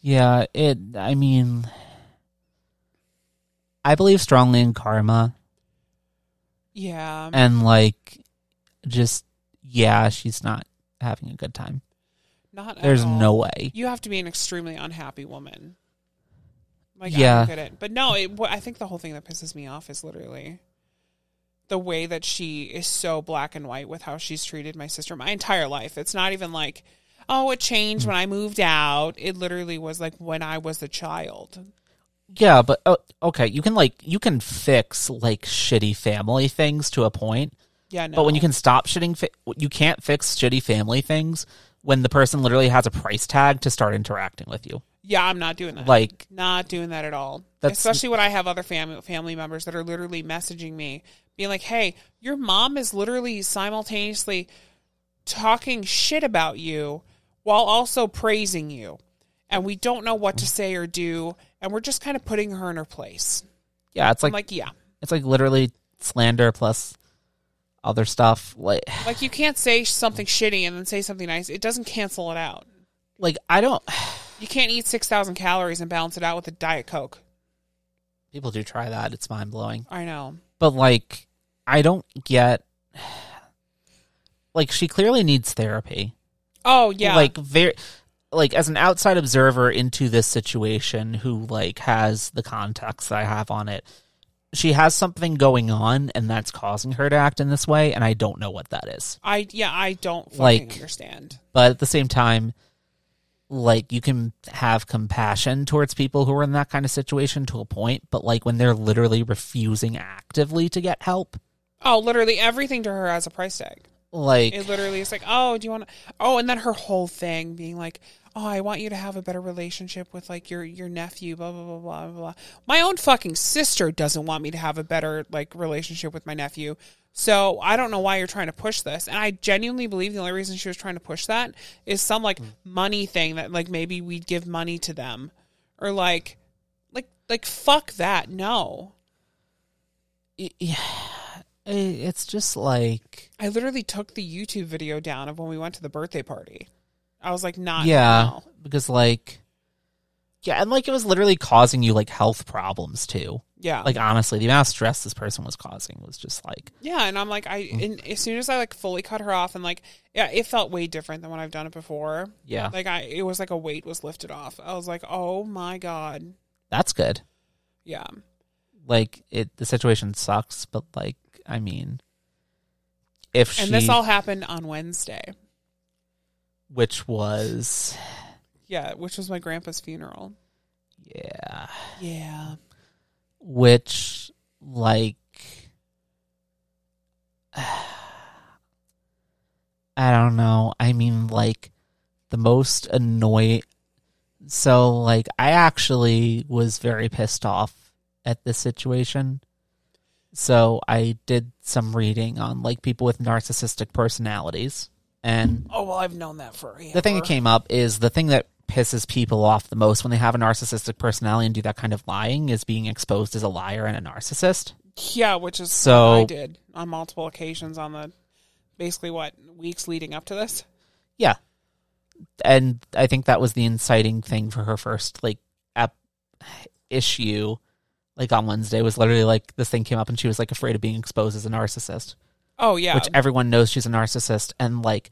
Speaker 1: Yeah, it. I mean, I believe strongly in karma,
Speaker 2: Yeah,
Speaker 1: and like, just yeah, she's not having a good time.
Speaker 2: not. at
Speaker 1: There's
Speaker 2: all.
Speaker 1: no way.
Speaker 2: You have to be an extremely unhappy woman. Like, I
Speaker 1: Yeah.
Speaker 2: don't get it. But no, it, what, I think the whole thing that pisses me off is literally the way that she is so black and white with how she's treated my sister my entire life. It's not even like, oh, it changed when I moved out. It literally was like when I was a child.
Speaker 1: Yeah, but oh, okay, you can like you can fix like shitty family things to a point,
Speaker 2: Yeah, no.
Speaker 1: but when you can stop shitting, fa- you can't fix shitty family things when the person literally has a price tag to start interacting with you.
Speaker 2: yeah, I'm not doing that.
Speaker 1: Like,
Speaker 2: Not doing that at all.
Speaker 1: That's-
Speaker 2: Especially when I have other family family members that are literally messaging me, being like, "Hey, your mom is literally simultaneously talking shit about you while also praising you, and we don't know what to say or do, and we're just kind of putting her in her place."
Speaker 1: yeah, it's
Speaker 2: I'm
Speaker 1: like,
Speaker 2: like, "Yeah,
Speaker 1: it's like literally slander plus other stuff. Like,
Speaker 2: like you can't say something shitty and then say something nice. It doesn't cancel it out.
Speaker 1: like I don't.
Speaker 2: You can't eat six thousand calories and balance it out with a diet coke."
Speaker 1: People do try that. It's mind blowing.
Speaker 2: I know.
Speaker 1: but like i don't get like she clearly needs therapy
Speaker 2: Oh yeah,
Speaker 1: like very like as an outside observer into this situation who like has the context that i have on it she has something going on and that's causing her to act in this way and i don't know what that is
Speaker 2: I yeah I don't fucking
Speaker 1: like-
Speaker 2: understand.
Speaker 1: but at the same time like you can have compassion towards people who are in that kind of situation to a point but like when they're literally refusing actively to get help
Speaker 2: Oh, literally everything to her has a price tag.
Speaker 1: like
Speaker 2: It literally is like, oh, do you want to? Oh, and then her whole thing being like, oh, I want you to have a better relationship with like your your nephew, blah blah blah blah blah. blah. My own fucking sister doesn't want me to have a better like relationship with my nephew. So I don't know why you're trying to push this, and I genuinely believe the only reason she was trying to push that is some like money thing that like maybe we'd give money to them, or like, like like fuck that, no.
Speaker 1: y- yeah, i- eh, it's just like
Speaker 2: I literally took the YouTube video down of when we went to the birthday party. I was like, not
Speaker 1: yeah,
Speaker 2: now.
Speaker 1: because like yeah, and like it was literally causing you like health problems too.
Speaker 2: Yeah.
Speaker 1: Like honestly, the amount of stress this person was causing was just like
Speaker 2: yeah. And I'm like, I,
Speaker 1: Mm.
Speaker 2: and as soon as I like fully cut her off and like, yeah, it felt way different than when I've done it before.
Speaker 1: yeah,
Speaker 2: Like I, it was like a weight was lifted off. I was like, oh my God.
Speaker 1: that's good.
Speaker 2: Yeah.
Speaker 1: Like it, the situation sucks, but like I mean, if she,
Speaker 2: And this all happened on Wednesday.
Speaker 1: which was
Speaker 2: Yeah. Which was my grandpa's funeral.
Speaker 1: yeah,
Speaker 2: Yeah.
Speaker 1: which like I don't know. I mean like the most annoying so like I actually was very pissed off at this situation. So I did some reading on like people with narcissistic personalities and
Speaker 2: Oh, well, I've known that for a
Speaker 1: the thing that
Speaker 2: ever.
Speaker 1: came up is the thing that pisses people off the most when they have a narcissistic personality and do that kind of lying is being exposed as a liar and a narcissist.
Speaker 2: Yeah. Which is
Speaker 1: So-
Speaker 2: what I did on multiple occasions on the basically what weeks leading up to this.
Speaker 1: Yeah. And I think that was the inciting thing for her first like app issue like on Wednesday was literally like this thing came up and she was like afraid of being exposed as a narcissist.
Speaker 2: Oh yeah.
Speaker 1: which everyone knows she's a narcissist and like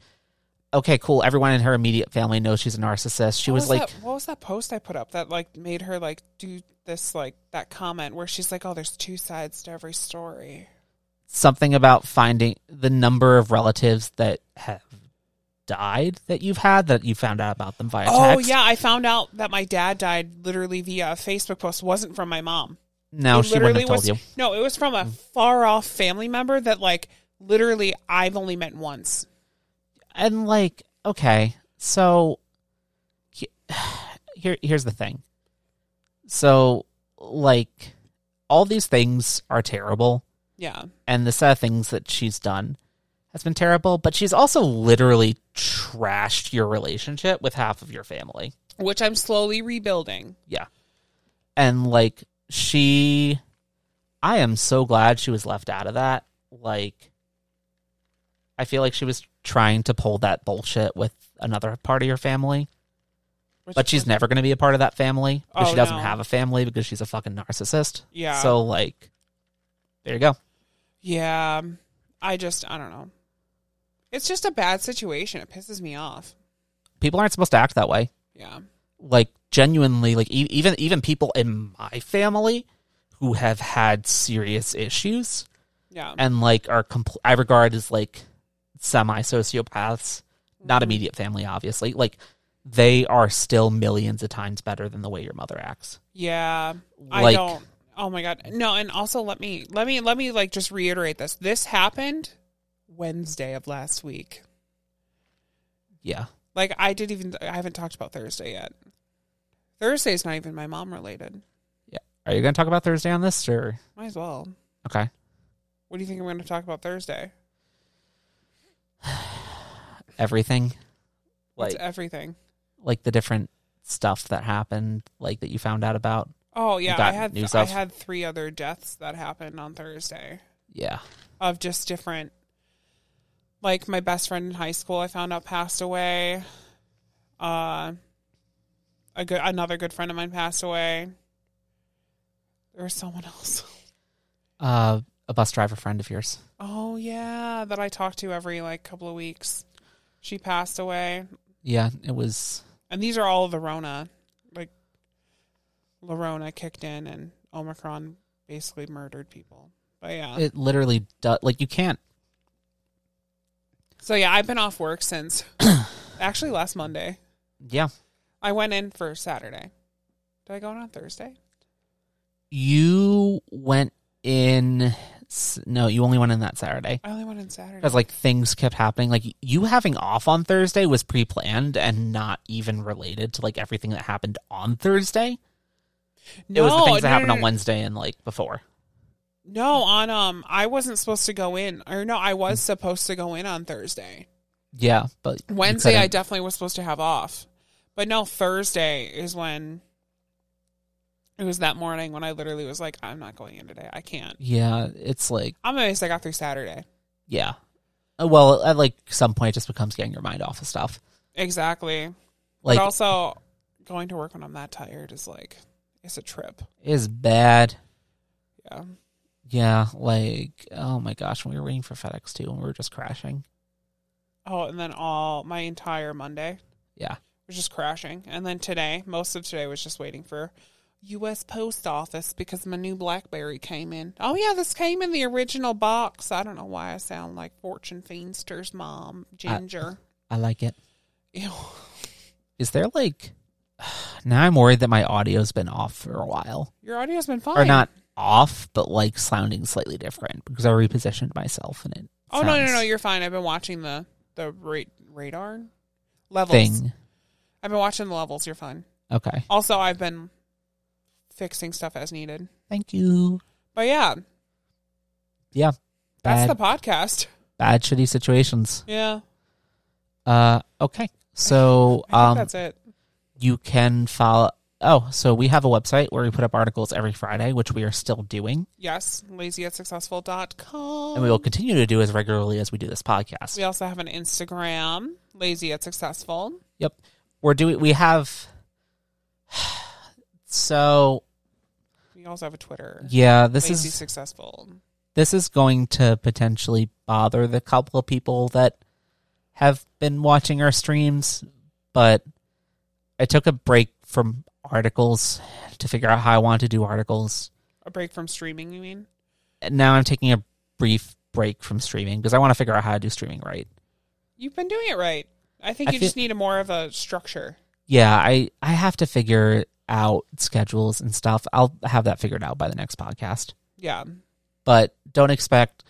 Speaker 1: okay cool everyone in her immediate family knows she's a narcissist she
Speaker 2: What
Speaker 1: was, like
Speaker 2: that, what was that post I put up that like made her like do this like that comment where she's like, "Oh, there's two sides to every story."
Speaker 1: something about finding the number of relatives that have died that you've had that you found out about them via
Speaker 2: Oh
Speaker 1: text
Speaker 2: yeah, I found out that my dad died literally via a Facebook post. wasn't from my mom.
Speaker 1: no
Speaker 2: It
Speaker 1: she wouldn't have
Speaker 2: literally
Speaker 1: told
Speaker 2: was,
Speaker 1: you
Speaker 2: No, it was from a far off family member that like literally I've only met once.
Speaker 1: and like okay so he- here here's the thing so like all these things are terrible
Speaker 2: Yeah.
Speaker 1: and the set of things that she's done has been terrible, but she's also literally trashed your relationship with half of your family.
Speaker 2: Which I'm slowly rebuilding.
Speaker 1: Yeah. And like she I am so glad she was left out of that. Like I feel like she was trying to pull that bullshit with another part of your family,
Speaker 2: Which
Speaker 1: but she's never going to be a part of that family because
Speaker 2: Oh,
Speaker 1: she doesn't
Speaker 2: no.
Speaker 1: have a family because she's a fucking narcissist.
Speaker 2: Yeah.
Speaker 1: So like there you go.
Speaker 2: Yeah. I just I don't know. It's just a bad situation. It pisses me off.
Speaker 1: People aren't supposed to act that way.
Speaker 2: Yeah.
Speaker 1: like genuinely like e- even even people in my family who have had serious issues
Speaker 2: Yeah.
Speaker 1: and like are compl- I regard as like semi sociopaths not immediate family obviously like they are still millions of times better than the way your mother acts
Speaker 2: Yeah. I
Speaker 1: Like-
Speaker 2: don't. Oh my god. No, and also let me let me let me like just reiterate this. This happened Wednesday of last week.
Speaker 1: yeah
Speaker 2: Like I didn't even I haven't talked about Thursday yet. Thursday's not even my mom related.
Speaker 1: yeah are you going to talk about Thursday on this or
Speaker 2: Might as well.
Speaker 1: okay
Speaker 2: What do you think I'm going to talk about Thursday?
Speaker 1: everything
Speaker 2: What's
Speaker 1: like
Speaker 2: everything.
Speaker 1: like the different stuff that happened like that you found out about
Speaker 2: Oh yeah, I
Speaker 1: got
Speaker 2: had
Speaker 1: new
Speaker 2: I
Speaker 1: stuff?
Speaker 2: had three other deaths that happened on Thursday.
Speaker 1: yeah
Speaker 2: of just different like my best friend in high school I found out passed away. Uh a good another good friend of mine passed away. There was someone else.
Speaker 1: uh a bus driver friend of yours
Speaker 2: Oh yeah, that I talk to every like couple of weeks. She passed away.
Speaker 1: yeah it was
Speaker 2: And these are all the Rona. Like Larona kicked in and Omicron basically murdered people. But yeah.
Speaker 1: it literally does like you can't
Speaker 2: so yeah, I've been off work since actually last Monday.
Speaker 1: yeah
Speaker 2: I went in for Saturday. Did I go in on Thursday?
Speaker 1: you went in s- no you only went in that saturday
Speaker 2: I only went in Saturday.
Speaker 1: because like things kept happening like you having off on thursday was pre-planned and not even related to like everything that happened on thursday it was the things that happened
Speaker 2: no,
Speaker 1: on wednesday and like before
Speaker 2: No, on um, I wasn't supposed to go in, or no, I was supposed to go in on Thursday.
Speaker 1: yeah but you
Speaker 2: Wednesday, I
Speaker 1: couldn't.
Speaker 2: definitely was supposed to have off, but no, Thursday is when it was that morning when I literally was like, I'm not going in today. I can't.
Speaker 1: yeah it's like
Speaker 2: I'm amazed I got through Saturday.
Speaker 1: yeah Uh, well at like some point it just becomes getting your mind off of stuff
Speaker 2: Exactly.
Speaker 1: like
Speaker 2: but also, going to work when I'm that tired is like, it's a trip.
Speaker 1: is bad
Speaker 2: Yeah.
Speaker 1: yeah like oh my gosh when we were waiting for fedex too and we were just crashing
Speaker 2: Oh, and then all my entire Monday.
Speaker 1: yeah
Speaker 2: was just crashing. And then today, most of today was just waiting for U.S. Post Office because my new BlackBerry came in. Oh yeah, this came in the original box. I don't know why I sound like Fortune Feedster's mom, Ginger.
Speaker 1: i like it Uh,
Speaker 2: Ew.
Speaker 1: Is there like now I'm worried that my audio's been off for a while.
Speaker 2: Your audio's been fine.
Speaker 1: Or not off, but like sounding slightly different because I repositioned myself and it
Speaker 2: Oh no, no,
Speaker 1: sounds
Speaker 2: no, you're fine. I've been watching the the ra- radar levels.
Speaker 1: thing.
Speaker 2: I've been watching the levels. You're fine.
Speaker 1: Okay.
Speaker 2: Also, I've been fixing stuff as needed.
Speaker 1: Thank you.
Speaker 2: But yeah,
Speaker 1: Yeah.
Speaker 2: that's
Speaker 1: Bad
Speaker 2: the podcast.
Speaker 1: bad shitty situations.
Speaker 2: Yeah,
Speaker 1: Uh okay. So
Speaker 2: I think
Speaker 1: um
Speaker 2: that's it.
Speaker 1: you can follow Oh, so we have a website where we put up articles every Friday, which we are still doing,
Speaker 2: Yes, lazyatsuccessful.com.
Speaker 1: and we will continue to do as regularly as we do this podcast.
Speaker 2: We also have an Instagram, Lazy at Successful.
Speaker 1: Yep. We're doing we have so
Speaker 2: We also have a Twitter,
Speaker 1: yeah, this
Speaker 2: Lazy
Speaker 1: is
Speaker 2: Successful.
Speaker 1: this is going to potentially bother the couple of people that have been watching our streams, but I took a break from articles to figure out how I want to do articles.
Speaker 2: A break from streaming, you mean?
Speaker 1: And now I'm taking a brief break from streaming because I want to figure out how to do streaming right.
Speaker 2: You've been doing it right. I think
Speaker 1: I
Speaker 2: you
Speaker 1: feel-
Speaker 2: just need a more of a structure.
Speaker 1: Yeah, I I have to figure out schedules and stuff. I'll have that figured out by the next podcast.
Speaker 2: Yeah.
Speaker 1: But don't expect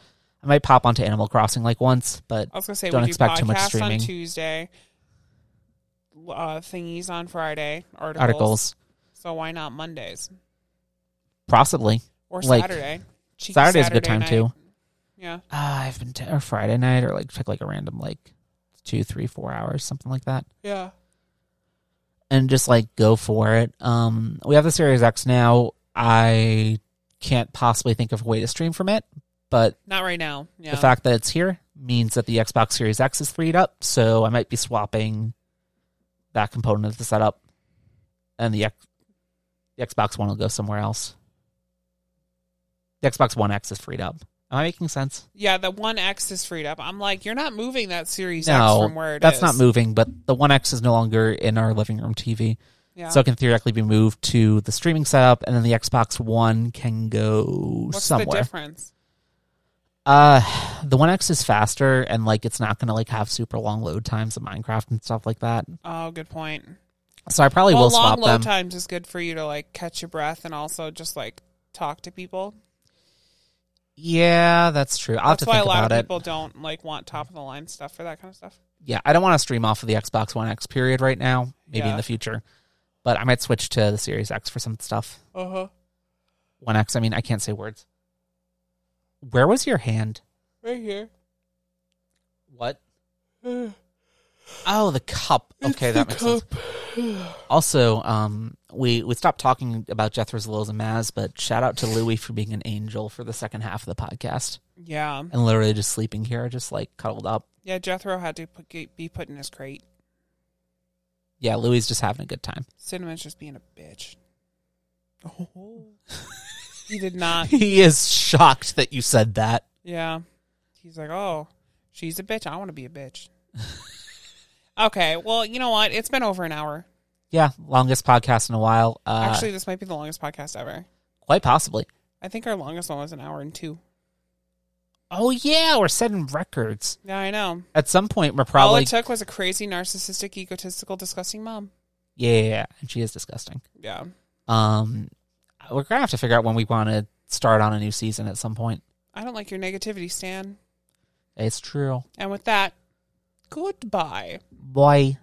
Speaker 1: I might pop onto Animal Crossing like once, but
Speaker 2: I was gonna say
Speaker 1: Don't
Speaker 2: we
Speaker 1: expect
Speaker 2: do
Speaker 1: too much
Speaker 2: podcasts on
Speaker 1: streaming.
Speaker 2: Tuesday, uh, thingies on Friday, articles.
Speaker 1: articles
Speaker 2: So why not Mondays
Speaker 1: possibly.
Speaker 2: or
Speaker 1: Like,
Speaker 2: Saturday? Cheeky
Speaker 1: Saturday's a good time
Speaker 2: Saturday
Speaker 1: too.
Speaker 2: night. Yeah.
Speaker 1: Ah, I've been t- or Friday night or like took like a random like two, three, four hours, something like that,
Speaker 2: Yeah.
Speaker 1: and just like go for it. Um, we have the Series X now. I can't possibly think of a way to stream from it, but
Speaker 2: Not right now. Yeah.
Speaker 1: the fact that it's here means that the Xbox Series X is freed up, so I might be swapping that component of the setup, and the, X- the Xbox One will go somewhere else. The Xbox One X is freed up. Am I making sense?
Speaker 2: yeah, the one X is freed up. I'm like, you're not moving that Series
Speaker 1: No,
Speaker 2: X from where it is.
Speaker 1: that's not moving, but the One X is no longer in our living room TV,
Speaker 2: Yeah.
Speaker 1: so it can theoretically be moved to the streaming setup, and then the Xbox One can go
Speaker 2: What's the
Speaker 1: somewhere.
Speaker 2: difference?
Speaker 1: uh, the One X is faster, and like it's not going to like have super long load times in Minecraft and stuff like that.
Speaker 2: Oh, good point.
Speaker 1: So I probably
Speaker 2: well,
Speaker 1: will
Speaker 2: long
Speaker 1: swap
Speaker 2: load
Speaker 1: them.
Speaker 2: times is good for you to like catch your breath and also just like talk to people.
Speaker 1: Yeah, that's true. I'll have
Speaker 2: That's
Speaker 1: to
Speaker 2: why
Speaker 1: think
Speaker 2: a lot
Speaker 1: about
Speaker 2: of
Speaker 1: it.
Speaker 2: people don't like want top of the line stuff for that kind of stuff.
Speaker 1: Yeah, I don't want to stream off of the Xbox One X period right now. Maybe
Speaker 2: Yeah.
Speaker 1: in the future, but I might switch to the Series X for some stuff.
Speaker 2: Uh huh.
Speaker 1: One X. I mean, I can't say words. Where was your hand?
Speaker 2: Right here.
Speaker 1: What? Oh, the cup. Okay, that makes sense. Also, um, we we stopped talking about Jethro's Lil's and Maz, but shout out to Louie for being an angel for the second half of the podcast
Speaker 2: Yeah.
Speaker 1: and literally just sleeping here, just like cuddled up.
Speaker 2: Yeah. Jethro had to put, get, be put in his crate.
Speaker 1: Yeah, Louie's just having a good time.
Speaker 2: Cinnamon's just being a bitch. Oh. he did not.
Speaker 1: he is shocked that you said that.
Speaker 2: Yeah. He's like, oh, she's a bitch. I want to be a bitch. okay. Well, you know what? It's been over an hour.
Speaker 1: Yeah, longest podcast in a while. Uh,
Speaker 2: Actually, this might be the longest podcast ever.
Speaker 1: quite possibly.
Speaker 2: I think our longest one was an hour and two.
Speaker 1: Oh yeah, we're setting records.
Speaker 2: Yeah, I know.
Speaker 1: At some point, we're
Speaker 2: All
Speaker 1: probably
Speaker 2: it took was a crazy, narcissistic, egotistical, disgusting mom.
Speaker 1: yeah, and she is disgusting.
Speaker 2: Yeah.
Speaker 1: Um, we're gonna have to figure out when we want to start on a new season at some point.
Speaker 2: I don't like your negativity, Stan.
Speaker 1: It's true.
Speaker 2: And with that, goodbye.
Speaker 1: Boy.